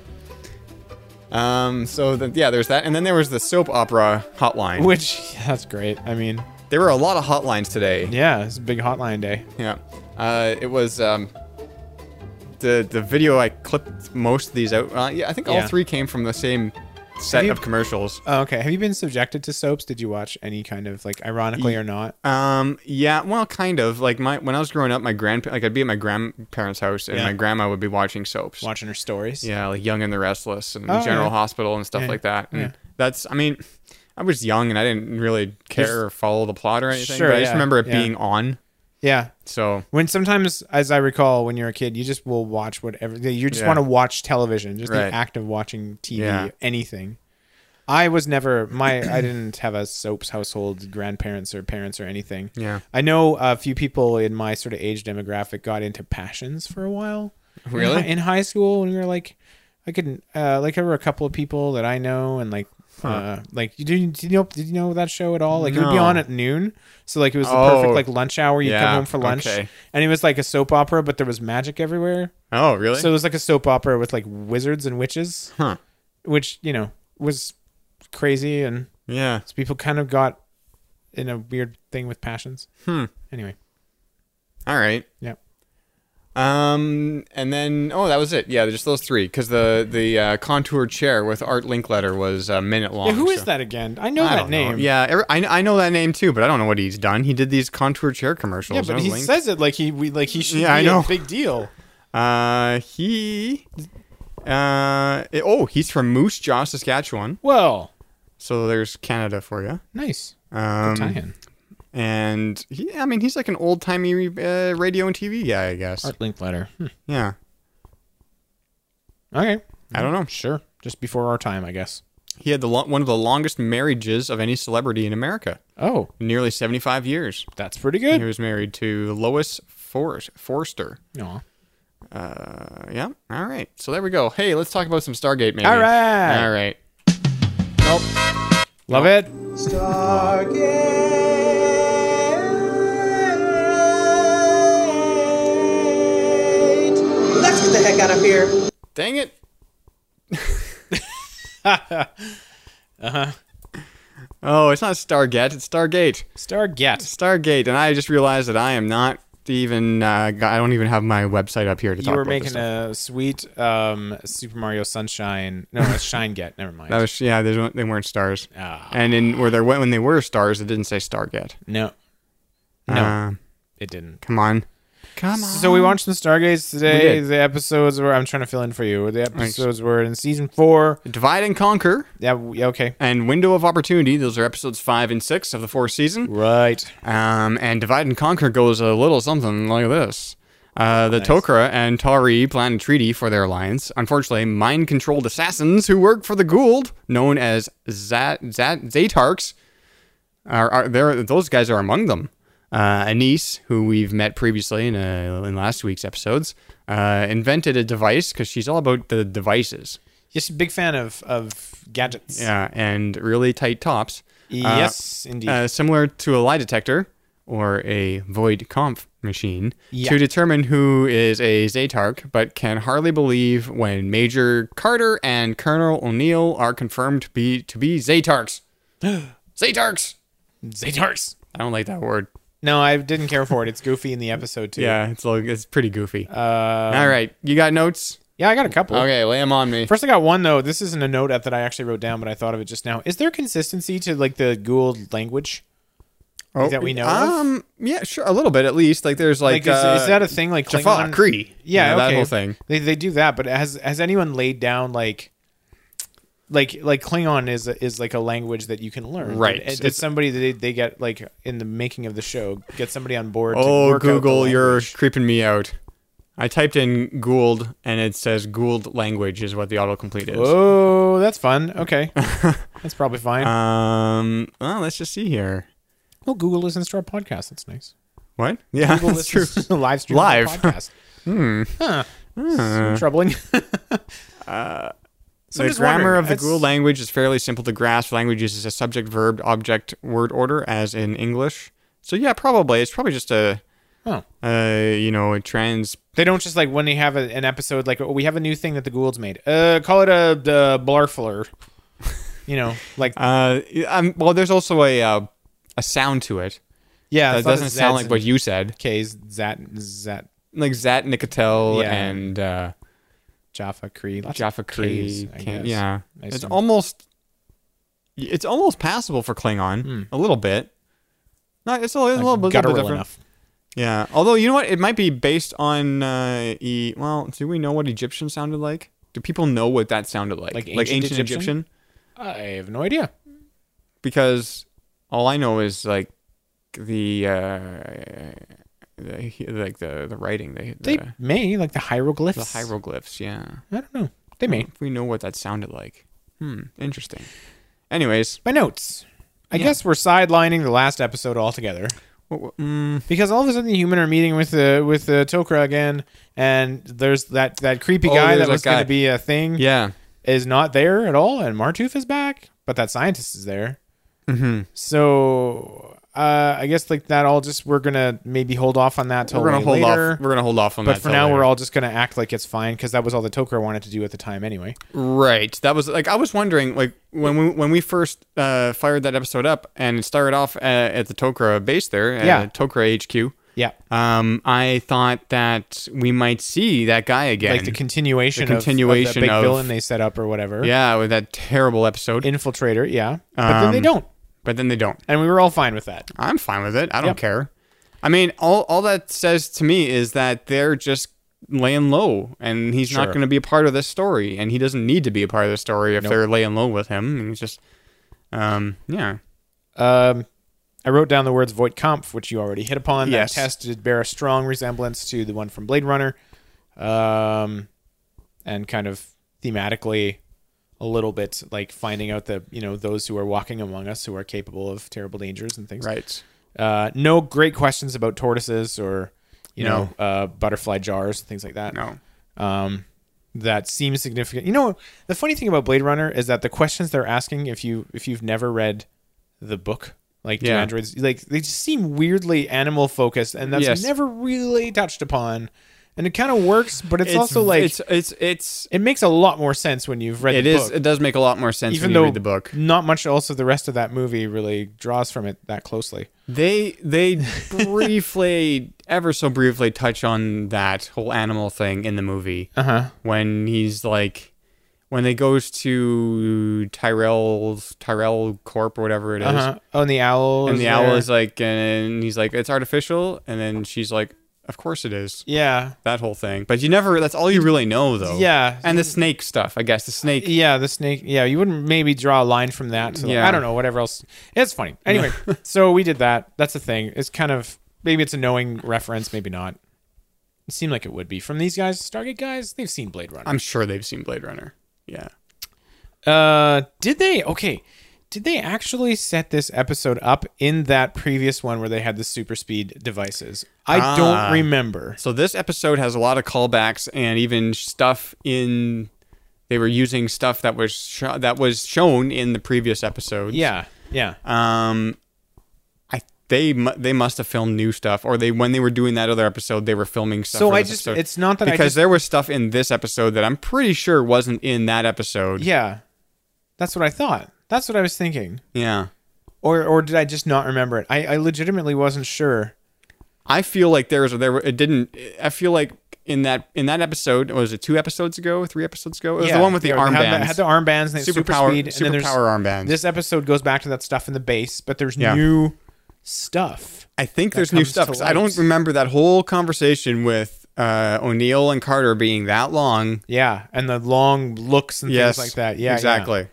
Um. So the, yeah, there's that, and then there was the soap opera hotline. Which that's great. I mean, There were a lot of hotlines today. yeah, it's a big hotline day. Yeah. Uh, it was um, the the video I clipped most of these out. Uh, yeah, I think all Yeah. three came from the same set Have you- of commercials. Oh, okay, have you been subjected to soaps? Did you watch any kind of like, ironically or not? Um, yeah, well, kind of. Like my when I was growing up, my grand like I'd be at my grandparents' house and Yeah. my grandma would be watching soaps. Watching her stories. Yeah, like Young and the Restless and Oh, General yeah. Hospital and stuff Yeah. like that. And Yeah. that's I mean, I was young and I didn't really care There's- or follow the plot or anything. Sure, but I just yeah, remember it yeah. being on. Yeah. So When sometimes, as I recall, when you're a kid, you just will watch whatever. You just Yeah. want to watch television, just Right. the act of watching TV, Yeah. anything. I was never my. I didn't have a soaps household, grandparents or parents or anything. Yeah. I know a few people in my sort of age demographic got into passions for a while. In Really? hi- in, high school when we were like, I could uh, like there were a couple of people that I know and like. Uh, like you didn't did you know did you know that show at all? Like it would be No. on at noon, so like it was the Oh. perfect like lunch hour. You would Yeah, come home for lunch, okay. and it was like a soap opera, but there was magic everywhere. oh really? So it was like a soap opera with like wizards and witches, huh? which you know was crazy, and Yeah. so people kind of got in a weird thing with passions. Hmm. Anyway, All right. yeah, Um, and then oh, that was it. Yeah, just those three because the the uh, contour chair with Art Linkletter was a minute long. yeah. Who is so- that again? I know I that don't know. name. Yeah, every, I, I know that name too, but I don't know what he's done. He did these contour chair commercials. yeah, I but was he linked- says it like he we like he should. Yeah, Yeah, I be know. A big deal. uh, he, uh, it- oh, he's from Moose Jaw, Saskatchewan. Well, So there's Canada for you. nice Um, tie-in. and he, I mean, he's like an old timey uh, radio and TV guy, I guess. Art link letter. Hmm. Yeah, Okay, I don't know. sure. Just before our time, I guess. He had the lo- one of the longest marriages of any celebrity in America. Oh, nearly 75 years. that's pretty He good. was married to Lois Forrest, Forrester. Aw. Uh, yeah. All right. So there we go. Hey, let's talk about some Stargate, maybe. All right. All right. Love it. Let's get the heck out of here. Dang (laughs) it. Uh-huh. uh huh. Oh, it's not Stargate. It's Stargate. Stargate. Stargate. And I just realized that I am not even. Uh, g- I don't even have my website up here to You talk were about this making stuff. a sweet um, Super Mario Sunshine. No, (laughs) it's Shine Get. Never mind. That was yeah. They weren't, they weren't stars. Ah. And in where there when they were stars, it didn't say Stargate. no, no, Uh, it didn't. come on. Come on. So we watched some Stargaze today. We did. The episodes were I'm trying to fill in for you. The episodes were in season four. Divide and Conquer Yeah, w- yeah, okay. and Window of Opportunity. Those are episodes five and six of the fourth season. Right. Um, and Divide and Conquer goes a little something like this. Uh, the Tok'ra and Tari plan a treaty for their alliance. Unfortunately, mind-controlled assassins who work for the Gould, known as Zat Zat Zatarks, are, are there. Those guys are among them. Uh, Anise, who we've met previously in uh, in last week's episodes, uh, invented a device because she's all about the devices. Yes, big fan of of gadgets. Yeah, and really tight tops. Uh, Yes, indeed. uh, similar to a lie detector or a void conf machine Yeah. to determine who is a Zatark, but can hardly believe when Major Carter and Colonel O'Neill are confirmed to be to be (gasps) Zatarks. Zatarks. Zatars. I don't like that word. No, I didn't care for it. It's goofy in the episode too. Yeah, it's like it's pretty goofy. Uh, All right, you got notes? Yeah, I got a couple. Okay, lay them on me. First, I got one though. This isn't a note app that I actually wrote down, but I thought of it just now. Is there consistency to like the Gould language that we know of? Oh, Um, yeah, sure, a little bit at least. Like there's like, Like, is, uh, is that a thing? Like Jaffa Klingon? Cree? You Yeah, know, okay. that whole thing. They, they do that, but has has anyone laid down like, like like Klingon is is like a language that you can learn, Right. Did, did It's- somebody they, they get like in the making of the show get somebody on board? to Oh, work out the Google, you're language? creeping me out. I typed in Gould and it says Gould language is what the autocomplete is. Oh, that's fun. (laughs) Okay, that's probably fine. Um, well, let's just see here. well, Google listens to our podcast. That's nice. What? Yeah, (laughs) Google that's true. listens (laughs) to the live stream of our Live. (laughs) Hmm. podcast. Huh. Some troubling. (laughs) So I'm Uh, the just grammar wondering, of the that's- Gould language is fairly simple to grasp. Language uses a subject, verb, object, word order, as in English. So yeah, probably it's probably just a, Oh. uh, you know, a trans. They don't just like when they have a, an episode like oh, we have a new thing that the Goulds made. Uh, call it a, a (laughs) blarfler. You know, like Uh, um, well, there's also a uh, a sound to it yeah, that doesn't sound like what you said, K's Zat Zat like Zat Nicotel Yeah. and. Uh, Jaffa Cree lots of Jaffa Ks, Cree. I can- guess. Yeah, I it's assume. almost it's almost passable for Klingon a little bit. Not it's a, it's a little, bit- little Hmm. guttural bit different. enough. Yeah, although you know what, it might be based on uh, e. Well, do we know what Egyptian sounded like? Do people know what that sounded like? Like ancient ancient Egyptian? Egyptian? I have no idea. Because all I know is like the. Uh, the, like the the writing the They Hmm. the, may like the hieroglyphs. the Hmm. hieroglyphs yeah I don't know. They may. if we know what that sounded like hmm interesting anyways My notes. I guess we're sidelining the last episode altogether. mm. Because all of a sudden, the human are meeting with the with the Tokra again, and there's that that creepy Oh, guy there's that that was going guy. to be a thing. yeah is not there at all, and Martoof is back, but that scientist is there. Mm-hmm. So uh, I guess like that all just we're gonna maybe hold off on that till we're gonna way hold later. off. We're gonna hold off on but that. for till now, later. we're all just gonna act like it's fine because that was all the Toker wanted to do at the time anyway. right. That was like I was wondering, like when we when we first uh, fired that episode up and it started off at, at the Tokra base there, at Yeah. Tokra HQ. Yeah, Um, I thought that we might see that guy again, like the continuation, The of- of, the continuation big of- villain they set up or whatever. yeah, with that terrible episode. infiltrator. Yeah, but then they Um, don't, but then they don't. and we were all fine with that. I'm fine with it. I don't Yep. care. I mean, all all that says to me is that they're just laying low, and he's not Sure. going to be a part of this story, and he doesn't need to be a part of the story if Nope. they're laying low with him. And he's just, um, yeah. Um, I wrote down the words Voight Kampf, which you already hit upon. Yes. That test did bear a strong resemblance to the one from Blade Runner. Um, and kind of thematically a little bit like finding out that, you know, those who are walking among us who are capable of terrible dangers and things. Right. Uh, no great questions about tortoises or, you know, uh, butterfly jars, things like that No. um, that seems significant. You know, the funny thing about Blade Runner is that the questions they're asking, if you if you've never read the book, like do Yeah. androids, like they just seem weirdly animal focused, and that's Yes. never really touched upon. And it kind of works, but it's, also like it's it's it's it makes a lot more sense when you've read it the is book. it does make a lot more sense even when you though read the book. not much else of the rest of that movie really draws from it that closely. They (laughs) they briefly, ever so briefly, touch on that whole animal thing in the movie. Uh huh. Uh-huh. When he's like, when they goes to Tyrell's Tyrell Corp or whatever it is, Uh-huh. Oh, and the owl. and the there. owl is like, and he's like, it's artificial, and then she's like, Of course it is. Yeah. That whole thing. But you never, that's all you really know, though. Yeah. And the snake stuff, I guess. The snake. Yeah, the snake. Yeah, you wouldn't maybe draw a line from that. To like, Yeah. I don't know, whatever else. It's funny. (laughs) Anyway, so we did that. That's the thing. It's kind of maybe it's a knowing reference, maybe not. It seemed like it would be from these guys, Stargate guys. They've seen Blade Runner. I'm sure they've seen Blade Runner. Yeah. Uh, did they? Okay. Did they actually set this episode up in that previous one where they had the super speed devices? I Ah. don't remember. So this episode has a lot of callbacks and even stuff in. They were using stuff that was sh- that was shown in the previous episodes. Yeah, yeah. Um, I they mu- they must have filmed new stuff, or they when they were doing that other episode, they were filming stuff. So for I this just- episode. it's not that I because just- there was stuff in this episode that I'm pretty sure wasn't in that episode. yeah. That's what I thought. That's what I was thinking. Yeah. Or or did I just not remember it? I, I legitimately wasn't sure. I feel like there was there were- it didn't. I feel like in that in that episode was it two episodes ago, three episodes ago? It was the one with the yeah, they Had armbands. the, had the armbands and they had Super super, power- speed. super and then there's- power armbands. This episode goes back to that stuff in the base, but there's Yeah. new stuff. I think that there's new comes stuff. to 'cause I don't light. remember that whole conversation with uh, O'Neill and Carter being that long. Yeah, and the long looks and yes, things like that. Yeah, yeah. exactly.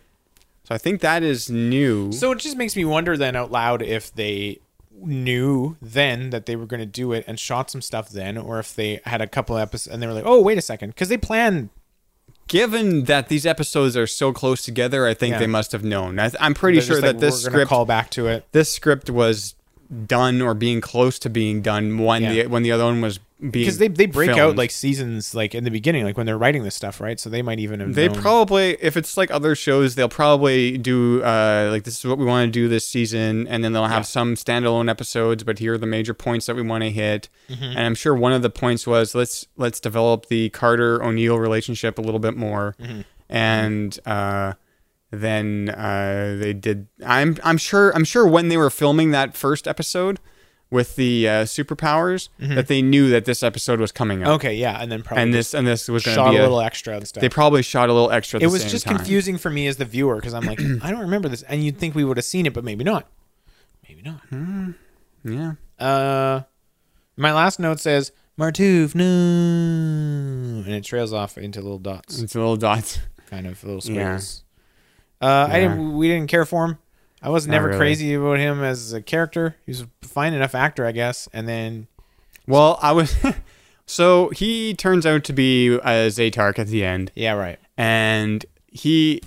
So I think that is new. So it just makes me wonder then out loud if they knew then that they were going to do it and shot some stuff then, or if they had a couple episodes and they were like, oh, wait a second, because they plan. given that these episodes are so close together, I think Yeah. they must have known. I, I'm pretty sure that this we're gonna script call back to it. this script was done or being close to being done when Yeah. the when the other one was being Because they, they break out filmed. like seasons like in the beginning, like when they're writing this stuff, right? So they might even have They known. probably, if it's like other shows, they'll probably do uh, like this is what we want to do this season, and then they'll have some standalone episodes. But here are the major points that we want to hit, Mm-hmm. and I'm sure one of the points was let's let's develop the Carter O'Neill relationship a little bit more, Mm-hmm. and uh, then uh, they did. I'm I'm sure I'm sure when they were filming that first episode with the uh, superpowers that they knew that this episode was coming up. Mm-hmm. Okay, yeah, and then probably And just this and this was going to shot be a a- little extra and stuff. they probably shot a little extra. At it the was same just time. confusing for me as the viewer because (clears throat) I'm like, I don't remember this, and you'd think we would have seen it, but maybe not. Maybe not. Hmm, Yeah. Uh, my last note says Martouf no, and it trails off into little dots, (laughs) It's a little dots. kind of little Yeah. squiggles. Uh, I didn't. We didn't care for him. I was never really. crazy about him as a character. He was a fine enough actor, I guess. And then Well, I was. (laughs) so he turns out to be a Zatark at the end, yeah, right. and he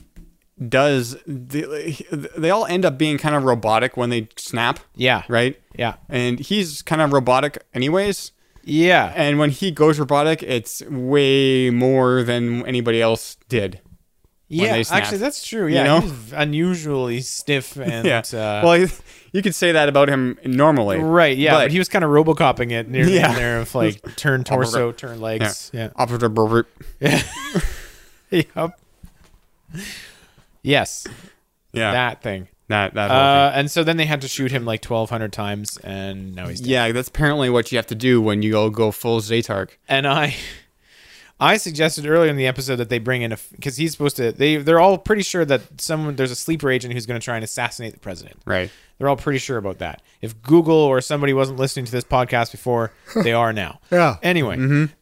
does. They, they all end up being kind of robotic when they snap, Yeah. right? Yeah. And he's kind of robotic, anyways. Yeah. And when he goes robotic, it's way more than anybody else did. when yeah. they snap. Actually, that's true. You Yeah. know? he was unusually (laughs) stiff and Yeah. uh, well, you could say that about him normally. Right, yeah, but, he was kind of robocopping it near the Yeah. end there of (laughs) like turn torso, turn Yeah. legs. Yeah. Operative- Yep. Yes, Yeah. That. that thing. That. That. whole thing. Uh, and so then they had to shoot him like 1,200 times, and now he's dead. Yeah, that's apparently what you have to do when you all go full Zatark. And I, (laughs) I suggested earlier in the episode that they bring in a because he's supposed to. They they're all pretty sure that someone there's a sleeper agent who's going to try and assassinate the president. Right. They're all pretty sure about that. If Google or somebody wasn't listening to this podcast before, they are now. (laughs) Yeah. Mm-hmm. Anyway,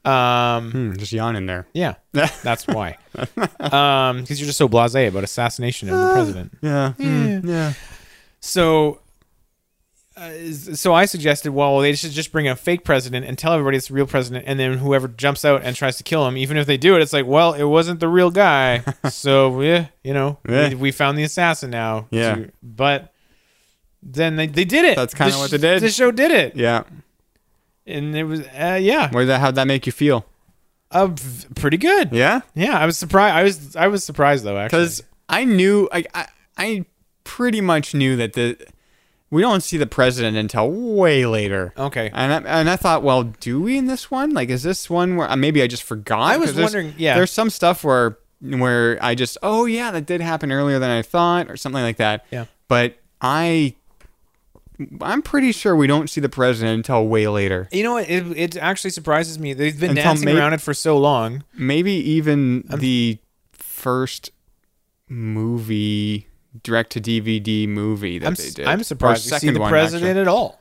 um, Hmm, just yawn in there. (laughs) Yeah, that's why. Um, because you're just so blasé about assassination of the president. Yeah. Yeah. So, uh, so I suggested, well, they should just bring a fake president and tell everybody it's the real president, and then whoever jumps out and tries to kill him, even if they do it, it's like, well, it wasn't the real guy. (laughs) so yeah, you know, Yeah. we, we found the assassin now. Yeah. So- but then they, they did it. That's kinda The what sh- they did. The show did it, Yeah. and it was uh, yeah, Where that how'd that make you feel? uh, v- pretty good. Yeah. Yeah, I was surprised. I was I was surprised though, actually. Because I knew I, I I pretty much knew that the we don't see the president until way later. Okay. And I, and I thought, well, do we in this one? Like, is this one where uh, maybe I just forgot? I was 'Cause there's- wondering- yeah. There's some stuff where where I just oh yeah that did happen earlier than I thought or something like that. Yeah. But I I'm pretty sure we don't see the president until way later. You know what? It, it actually surprises me. They've been Until dancing May- around it for so long. maybe even the first movie direct to DVD movie that I'm, they s- did. I'm Or surprised we see the one, president actually. at all.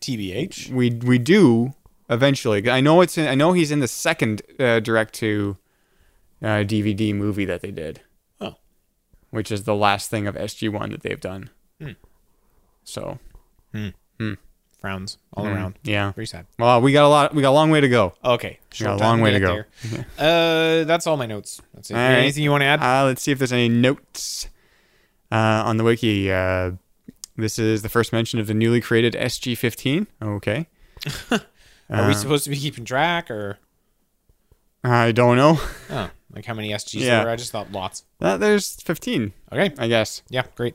TBH. We we do eventually. I know it's in, I know he's in the second uh, direct to uh, DVD movie that they did. Oh. Which is the last thing of SG1 that they've done. Hmm. So, Frowns all around. Mm-hmm. yeah. Very sad. Well, we got a lot we got a long way to go. Okay. Short a time long way to get go. (laughs) there. Uh, that's all my notes. That's it. All right. Anything you want to add? Uh, let's see if there's any notes uh, on the wiki. Uh, this is the first mention of the newly created SG15. Okay. Are Uh, we supposed to be keeping track or I don't know. (laughs) oh, like how many SGs Yeah. there were? I just thought lots. Uh, there's 15, Okay. I guess. Yeah, great.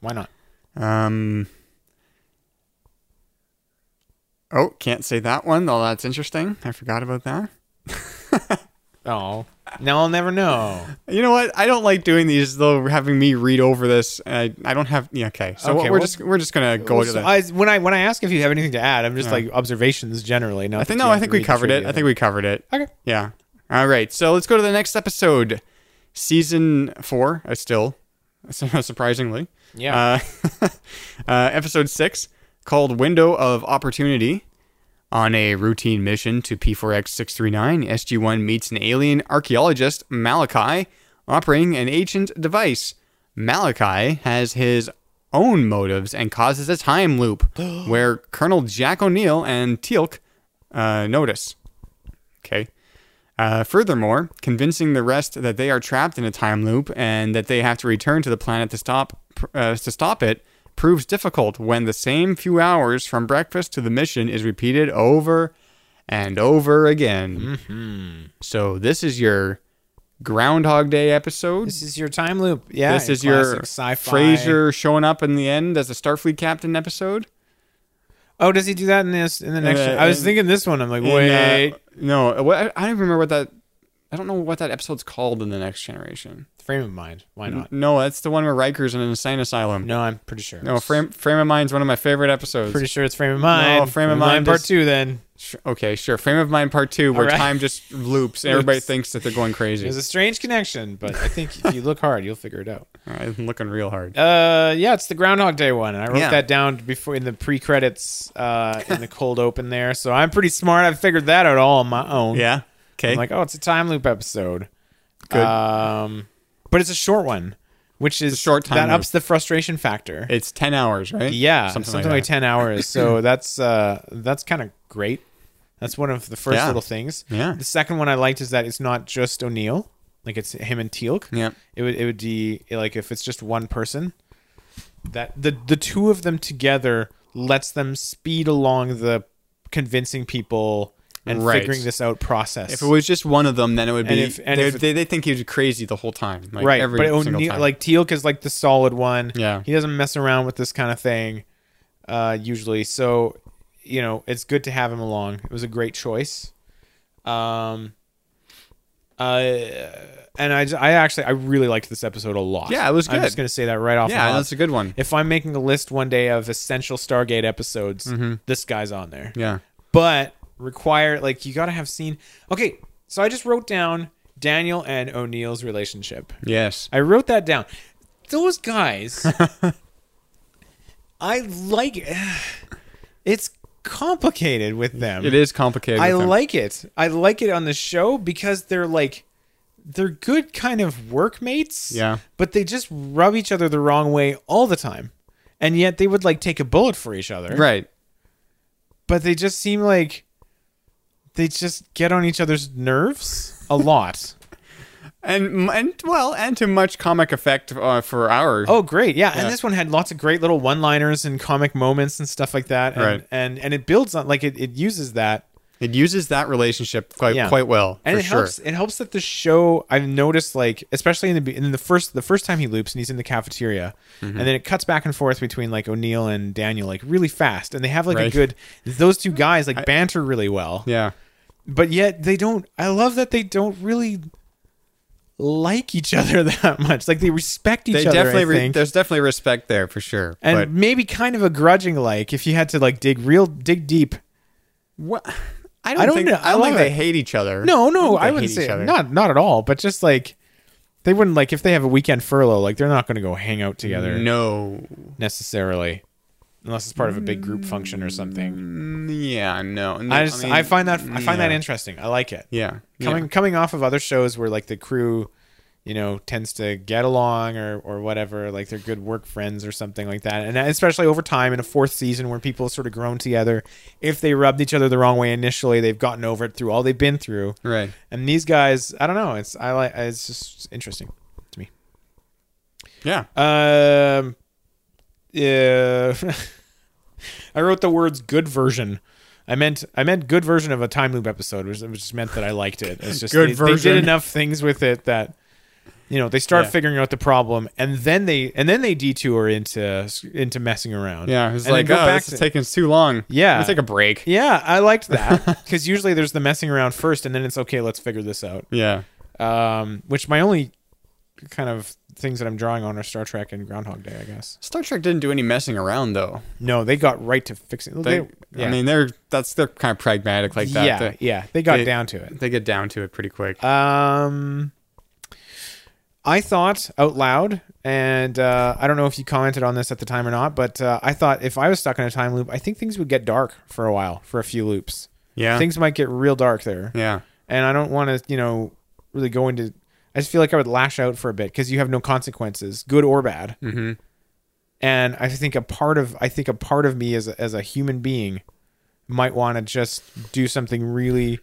Why not? Um, oh, can't say that one. Oh, that's interesting. I forgot about that. Oh, now I'll never know. You know what? I don't like doing these though. Having me read over this, I, I don't have. Yeah, okay. So Okay, we're well- just we're just gonna go to So the. I, I, when I when I ask if you have anything to add, I'm just like observations generally. Not think that you no. I have think to we read covered it. trivia. I think we covered it. Okay. Yeah. All right. So let's go to the next episode, season four. Uh, still, (laughs) surprisingly. Yeah. Uh, (laughs) uh, episode six, called "Window of Opportunity." On a routine mission to P4X639, SG1 meets an alien archaeologist, Malachi, operating an ancient device. Malachi has his own motives and causes a time loop where Colonel Jack O'Neill and Teal'c uh, notice. Okay. Uh, furthermore, convincing the rest that they are trapped in a time loop and that they have to return to the planet to stop uh, to stop it proves difficult when the same few hours from breakfast to the mission is repeated over and over again. So this is your Groundhog Day episode. this is your time loop. Yeah, this is your classic sci-fi. Fraser showing up in the end as a Starfleet captain episode. Oh, does he do that in this in the next? Uh, I was in- thinking this one. I'm like, In, uh, wait, no, what, I don't even remember what that. I don't know what that episode's called in the Next Generation. frame of mind. Why not? No, that's the one where Riker's in an insane asylum. No, I'm pretty sure. No, frame frame of mind's one of my favorite episodes. Pretty sure it's frame of mind. Frame of Mind part is- two. Then Sh- okay, sure. Frame of mind part two, where Alright. time just loops and everybody Loops. thinks that they're going crazy. there's a strange connection, but I think if you look hard, you'll figure (laughs) it out. Alright, I'm looking real hard. Uh, yeah, it's the Groundhog Day one. and I wrote Yeah. that down before in the pre credits, uh, in the cold open there. So I'm pretty smart. I figured that out all on my own. yeah. Okay. I'm like, oh, it's a time loop episode. Good. Um, but it's a short one, which is short time that loop. ups the frustration factor. it's ten hours, right? yeah, Something, something, like, like, (clears throat) ten hours. So that's uh, that's kind of great. That's one of the first Yeah. little things. Yeah. The second one I liked is that it's not just O'Neill, like it's him and Teal'c. Yeah. It would it would be like if it's just one person, that the the two of them together lets them speed along the convincing people and Right. figuring this out process. If it was just one of them, then it would And be. if- and they, if would- they, they think he's crazy the whole time, like right, Every but single O'Neill time. like Teal'c is like the solid one. Yeah. he doesn't mess around with this kind of thing uh, usually. So you know it's good to have him along. It was a great choice. Um, uh, and I, j- I actually I really liked this episode a lot. Yeah, it was I'm good. just gonna say that right off. the yeah, hop. that's a good one. If I'm making a list one day of essential Stargate episodes, this guy's on there Mm-hmm. Yeah. but require like you gotta have seen okay so i just wrote down daniel and o'neill's relationship Yes. i wrote that down those (laughs) guys i like it's complicated with them It is complicated. i with them. like it i like it on the show because they're like they're good kind of workmates Yeah. but they just rub each other the wrong way all the time and yet they would like take a bullet for each other right. but they just seem like they just get on each other's nerves (laughs) a lot. And and well, and to much comic effect uh, for our oh, great. Yeah. And this one had lots of great little one-liners and comic moments and stuff like that. And, Right. And and it builds on like it, it uses that It uses that relationship quite Yeah. quite well. and for it sure. helps it helps that the show I've noticed like especially in the be- in the first the first time he loops and he's in the cafeteria Mm-hmm. and then it cuts back and forth between like O'Neill and Daniel like really fast and they have like a Right. good those two guys like banter really well. Yeah. but yet they don't i love that they don't really like each other (laughs) that much like they respect each They other definitely definitely re- there's definitely respect there for sure. and maybe kind of a grudging like if you had to like dig real dig deep but what I don't think know. I don't I think love they it. hate each other. no no don't think they i, hate wouldn't say each other. not not at all but just like they wouldn't Mm. like if they have a weekend furlough like they're not going to go hang out together No. necessarily unless it's part of a big group function or something. Yeah, no. no I just I, Mm, mean, find that I find that yeah. interesting. I like it. Yeah. yeah. coming coming off of other shows where like the crew you know tends to get along or or whatever like they're good work friends or something like that and especially over time in a fourth season where people have sort of grown together if they rubbed each other the wrong way initially they've gotten over it through all they've been through Right. and these guys i don't know it's i like it's just interesting to me Yeah. Uh, um, yeah. (laughs) I wrote the words "good version." I meant I meant good version of a time loop episode, which, which just meant that I liked it. It's just Good they, They version. did enough things with it that you know they start Yeah. figuring out the problem, and then they and then they detour into into messing around. yeah. It's And then like, go oh, back this is to- taking too long. Yeah. Let's take a break. yeah, I liked that (laughs) because usually there's the messing around first, and then it's okay. Let's figure this out. Yeah. Um, which my only kind of things that I'm drawing on are Star Trek and Groundhog Day, I guess. Star Trek didn't do any messing around though. No, they got right to fixing. They, They, yeah. I mean, they're that's they're kind of pragmatic like that. yeah, They- yeah, they got they- down to it. They get down to it pretty quick. Um, I thought out loud, and uh, I don't know if you commented on this at the time or not, but uh, I thought if I was stuck in a time loop, I think things would get dark for a while, for a few loops. yeah. Things might get real dark there, yeah. and I don't want to, you know, really go into. I just feel like I would lash out for a bit because you have no consequences, good or bad. Mm-hmm. And I think a part of I think a part of me as a, as a human being might want to just do something really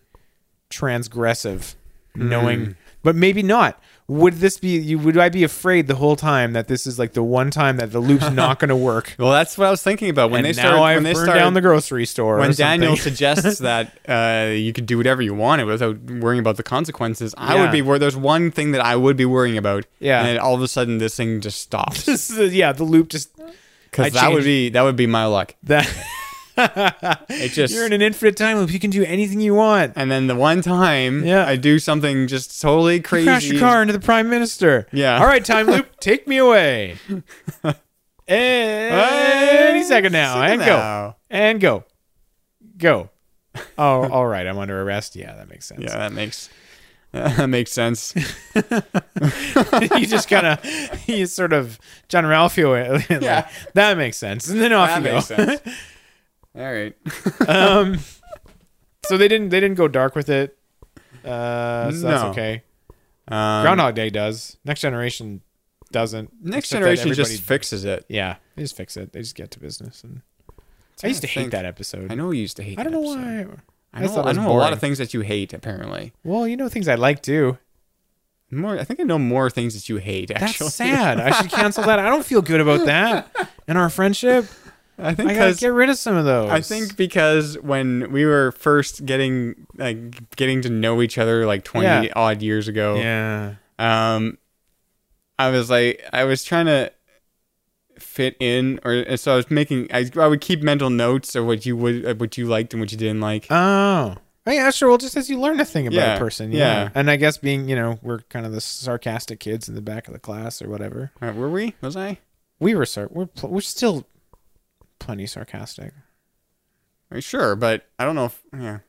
transgressive, knowing, Mm. but maybe not. Would this be? You would I be afraid the whole time that this is like the one time that the loop's (laughs) not going to work? Well, that's what I was thinking about when and they now started. I've when they burned started down the grocery store. when or something. (laughs) Daniel suggests that uh, you could do whatever you wanted without worrying about the consequences, I would Yeah. be wor There's one thing that I would be worrying about. Yeah. And then all of a sudden, this thing just (laughs) stops This is- yeah, the (laughs) loop just I because that would changed- be that would be my luck. that. It just (laughs) You're in an infinite time loop. You can do anything you want. and then the one time Yeah. I do something just totally crazy. Crash your car into the prime minister. Yeah. All right, time (laughs) loop, take me away. Any second now, Second and now. go, and go, go. Oh, all right. I'm under arrest. Yeah, that makes sense. Yeah, that makes (laughs) that makes sense. (laughs) you just (laughs) kind of, you sort of John Ralphio. (laughs) like, Yeah. that makes sense. And then off that you go. makes sense. All right. So they didn't, they didn't go dark with it. Uh, so that's No. okay. Um, Groundhog Day does. Next Generation doesn't. Next except that generation just everybody- fixes it. Yeah, they just fix it. They just get to business. And I trying used to to hate think. that episode. I know you used to hate. I don't that know episode. why. I know, thought it I was know a lot boring. of things that you hate apparently. Well, you know things I like (laughs) too. More, I think I know more things that you hate. That's Actually, sad. I should cancel that. I don't feel good about that. And our friendship, (laughs) I think I gotta 'cause- get rid of some of those. I think because when we were first getting like getting to know each other like twenty Yeah. odd years ago, Yeah. um, I was like I was trying to fit in, or and so I was making I, I would keep mental notes of what you would uh, what you liked and what you didn't like. Oh. Oh, yeah, sure. Well, just as you learn a thing about Yeah, a person, yeah. yeah. And I guess being, you know, we're kind of the sarcastic kids in the back of the class or whatever. Uh, were we? Was I? We were sar- we're pl- we're still plenty sarcastic. I mean, Sure, but I don't know if yeah.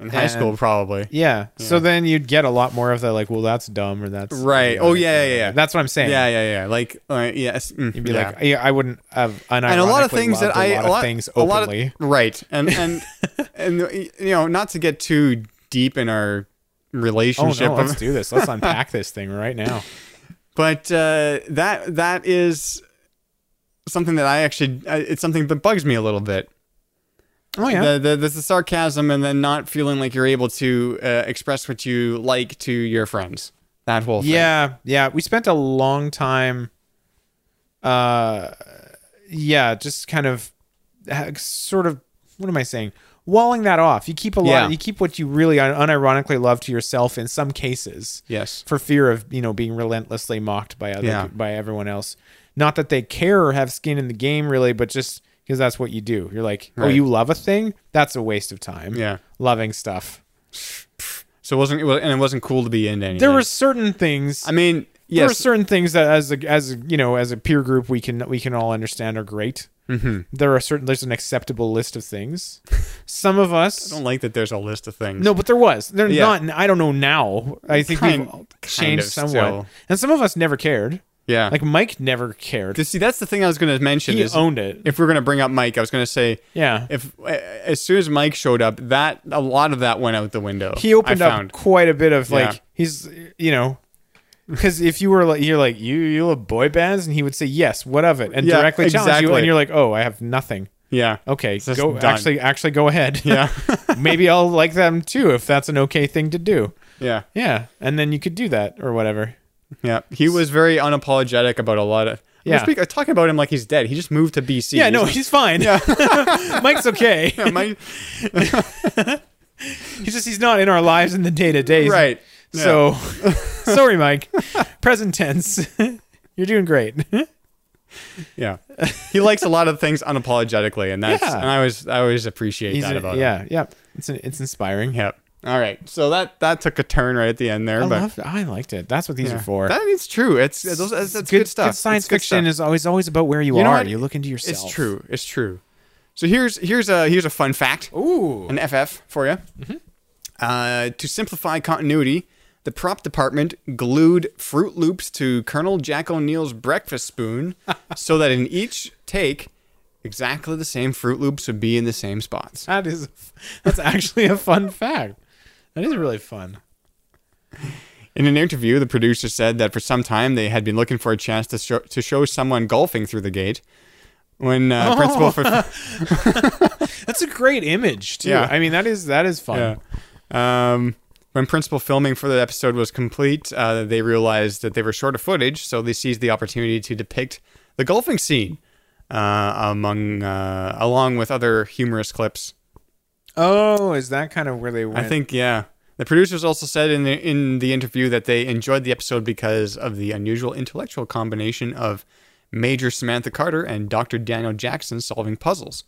In high And- school, probably. Yeah. So then you'd get a lot more of the like, well, that's dumb or that's Right. Oh yeah, yeah, yeah. That's what I'm saying. Yeah, yeah, yeah. Like, uh, yes. mm, You'd be yeah. like, yeah, I wouldn't have unironically and a lot of things that I a lot of things a lot of- openly. right, and (laughs) and and you know, not to get too deep in our Oh relationship, um, no, (laughs) let's do this. Let's unpack this thing right now. but uh, that that is something that I actually uh, it's something that bugs me a little bit. Oh The, the, the, the sarcasm and then not feeling like you're able to uh, express what you like to your friends. That whole thing. yeah, yeah. We spent a long time, uh, yeah, just kind of, ha- sort of. What am I saying? Walling that off. You keep a lot. Yeah. You keep what you really un- unironically love to yourself in some cases. Yes. for fear of you know being relentlessly mocked by other Yeah. by everyone else. Not that they care or have skin in the game really, but just because that's what you do. You're like, oh, Right. you love a thing? That's a waste of time. Yeah. loving stuff. So it wasn't it was, and it wasn't cool to be into anything. There were certain things. I mean, there are yes. certain things that as a as a, you know as a peer group we can we can all understand are great. Mm-hmm. There are certain there's an acceptable list of (laughs) things. Some of us I don't like that there's a list of things. No, but there was. They're Yeah. not. I don't know now. I think Kind- we've kind changed of somewhat. still. And some of us never cared. Yeah. Like Mike never cared. see, that's the thing I was going to mention. he is owned it. If we're going to bring up Mike, I was going to say, yeah. if as soon as Mike showed up, that a lot of that went out the window. he opened I up found. quite a bit of like Yeah. he's you know because if you were like you're like you you love boy bands and he would say yes what of it and Yeah, directly challenge you exactly. and you're like oh I have nothing Yeah. okay It's just go done. actually actually go ahead (laughs) Yeah. (laughs) maybe I'll like them too if that's an okay thing to do yeah. yeah and then you could do that or whatever Yeah. He was very unapologetic about a lot of. I'm Yeah. speak- I'm talking about him like he's dead. He just moved to BC. yeah no He's, he's fine (laughs) Mike's okay (laughs) yeah, (laughs) Mike- he's just he's not in our lives in the day to day right. Yeah. (laughs) so sorry Mike present tense (laughs) you're doing great. yeah, he likes a lot of things unapologetically, and that's Yeah. and I always I always appreciate He's that a- about him. yeah, yeah. It's an, it's inspiring. Yep. All right. So that that took a turn right at the end there, I but loved. I liked it. That's what these yeah. are for. that is true. It's, it's, it's, it's good, stuff. It's science good fiction stuff. is always always about where you, You know are. what? You look into yourself. It's true. It's true. So here's here's a here's a fun fact. Ooh. Mm-hmm. An FF for you. Uh, to simplify continuity, the prop department glued Fruit Loops to Colonel Jack O'Neill's breakfast (laughs) spoon, so that in each take, exactly the same Fruit Loops would be in the same spots. That is. That's actually a fun fact. That is really fun. In an interview, the producer said that for some time they had been looking for a chance to show, to show someone golfing through the gate. When uh, principal Oh. for That's a great image too. Yeah. I mean, that is that is fun. Yeah. Um, when principal filming for the episode was complete, uh, they realized that they were short of footage, so they seized the opportunity to depict the golfing scene uh, among uh, along with other humorous clips. Oh, is that kind of where they went? I think, yeah. The producers also said in the, in the interview that they enjoyed the episode because of the unusual intellectual combination of Major Samantha Carter and Dr. Daniel Jackson solving puzzles.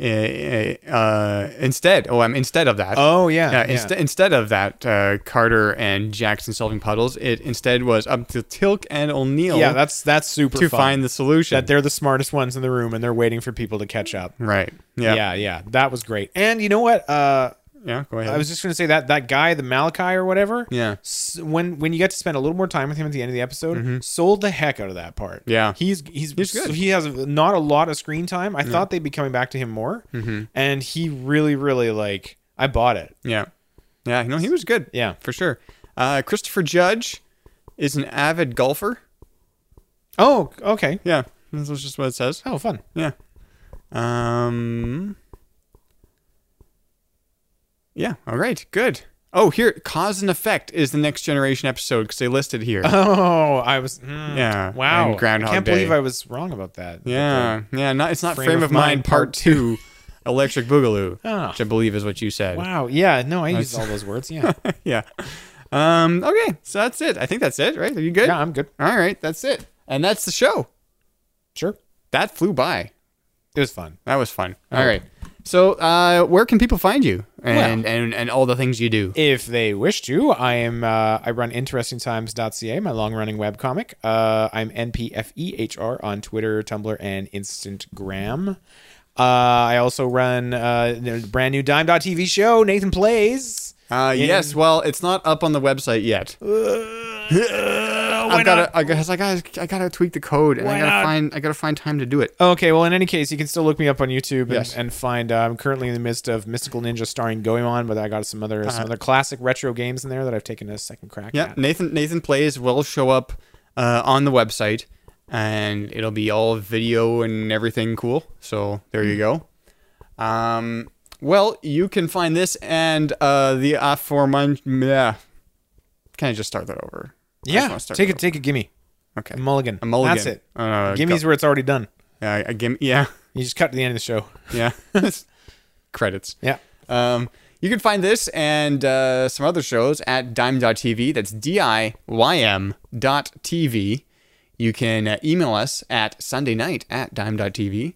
Eh, eh, Uh, instead, oh, I'm instead of that. Oh, yeah, yeah, yeah. inst- Instead of that, uh, Carter and Jackson solving puzzles. It instead was up to Tilk and O'Neill. Yeah, that's that's super to fun. find the solution. that they're the smartest ones in the room and they're waiting for people to catch up. right. Yeah. Yeah, yeah, that was great. And you know what? Uh, Yeah. Go ahead. I was just gonna say that that guy, the Malachi or whatever. Yeah. s- When when you got to spend a little more time with him at the end of the episode, sold the heck out of that part. Mm-hmm. Yeah. he's he's, He's good. He has not a lot of screen time. I thought they'd be coming back to him more, Mm-hmm. and he really, really like I bought it. Yeah. Yeah. No, he was good. Yeah. For sure. Uh, Christopher Judge is an avid golfer. Oh, okay. Yeah. This is just what it says. Oh, fun. Yeah. Um. Yeah. All right. Good. Oh, here, cause and effect is the next generation episode because they listed (laughs) here. (laughs) Oh, I was. mm, Yeah, Wow. and Groundhog I can't Day. believe I was wrong about that. yeah. Yeah. Not. It's not frame, of, mind, part two. (laughs) Electric Boogaloo, (laughs) Ah. which I believe is what you said. Wow. Yeah. No, I used all those (laughs) words. Yeah. Yeah. Um. Okay. So that's it. I think that's it. Right? Are you good? yeah. I'm good. All right. That's it. And that's the show. Sure. That flew by. It was fun. That was fun. All right. So, uh, where can people find you and, and, and all the things you do? If they wish to, I am uh, I run interestingtimes.ca, my long-running webcomic. Uh, I'm npfehr on Twitter, Tumblr, and Instagram. Uh, I also run uh, the brand new dime.tv show, Nathan Plays. Uh, yes. Well, it's not up on the website yet. I gotta, I guess I gotta, I gotta tweak the code, and I gotta find, I gotta find time to do it. Okay, well, in any case, you can still look me up on YouTube and, Yes. and find. Uh, I'm currently in the midst of Mystical Ninja starring Goemon, but I got some other some other classic retro games in there that I've taken a second crack Uh-huh. Yeah, Mm, at. Nathan, Nathan plays will show up uh, on the website, and it'll be all video and everything cool. So there you Mm. go. Um, well, you can find this and uh, the aforementioned. Yeah, can I just start that over? I just Yeah, wanna start take that a take a gimme, over. a Okay. mulligan, A mulligan. That's it. Uh, Gimme's where it's already done. Uh, a gimme. Yeah. (laughs) You just cut to the end of the show. (laughs) Yeah. Credits. Yeah. Um, you can find this and uh, some other shows at dime.tv. That's D I Y M dot TV. You can uh, email us at Sunday night at dime.tv. You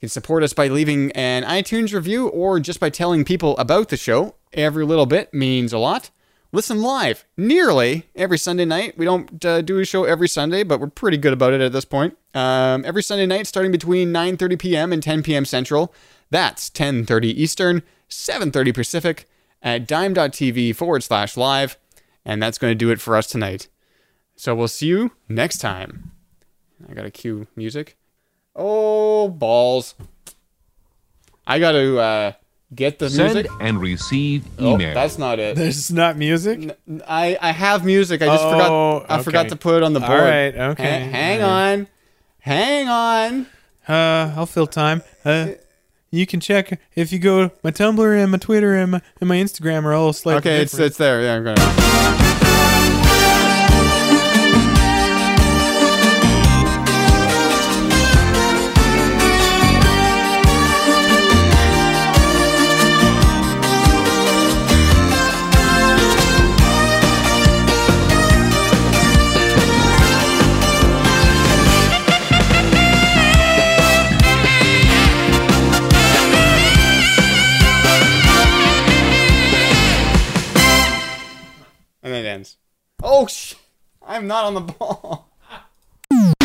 can support us by leaving an iTunes review or just by telling people about the show. Every little bit means a lot. Listen live nearly every Sunday night. We don't uh, do a show every Sunday, but we're pretty good about it at this point. Um, every Sunday night, starting between 9:30 p.m. and 10 p.m. Central. That's 10:30 Eastern, 7:30 Pacific, at dime.tv forward slash live. And that's going to do it for us tonight. So we'll see you next time. I gotta cue music. Oh balls! I gotta uh, get the Send music. and receive Oh, email. that's not it. (laughs) There's not music. I, I have music. I just Oh, forgot. I forgot okay. to put it on the All board. right, okay, Ha- hang all on. Hang on. Uh, I'll fill time. Uh, you can check if you go my Tumblr and my Twitter and my, and my Instagram are all slightly Okay, it's uh, different. it's there. Yeah, I'm gonna. And it ends. Oh sh! I'm not on the (laughs) ball.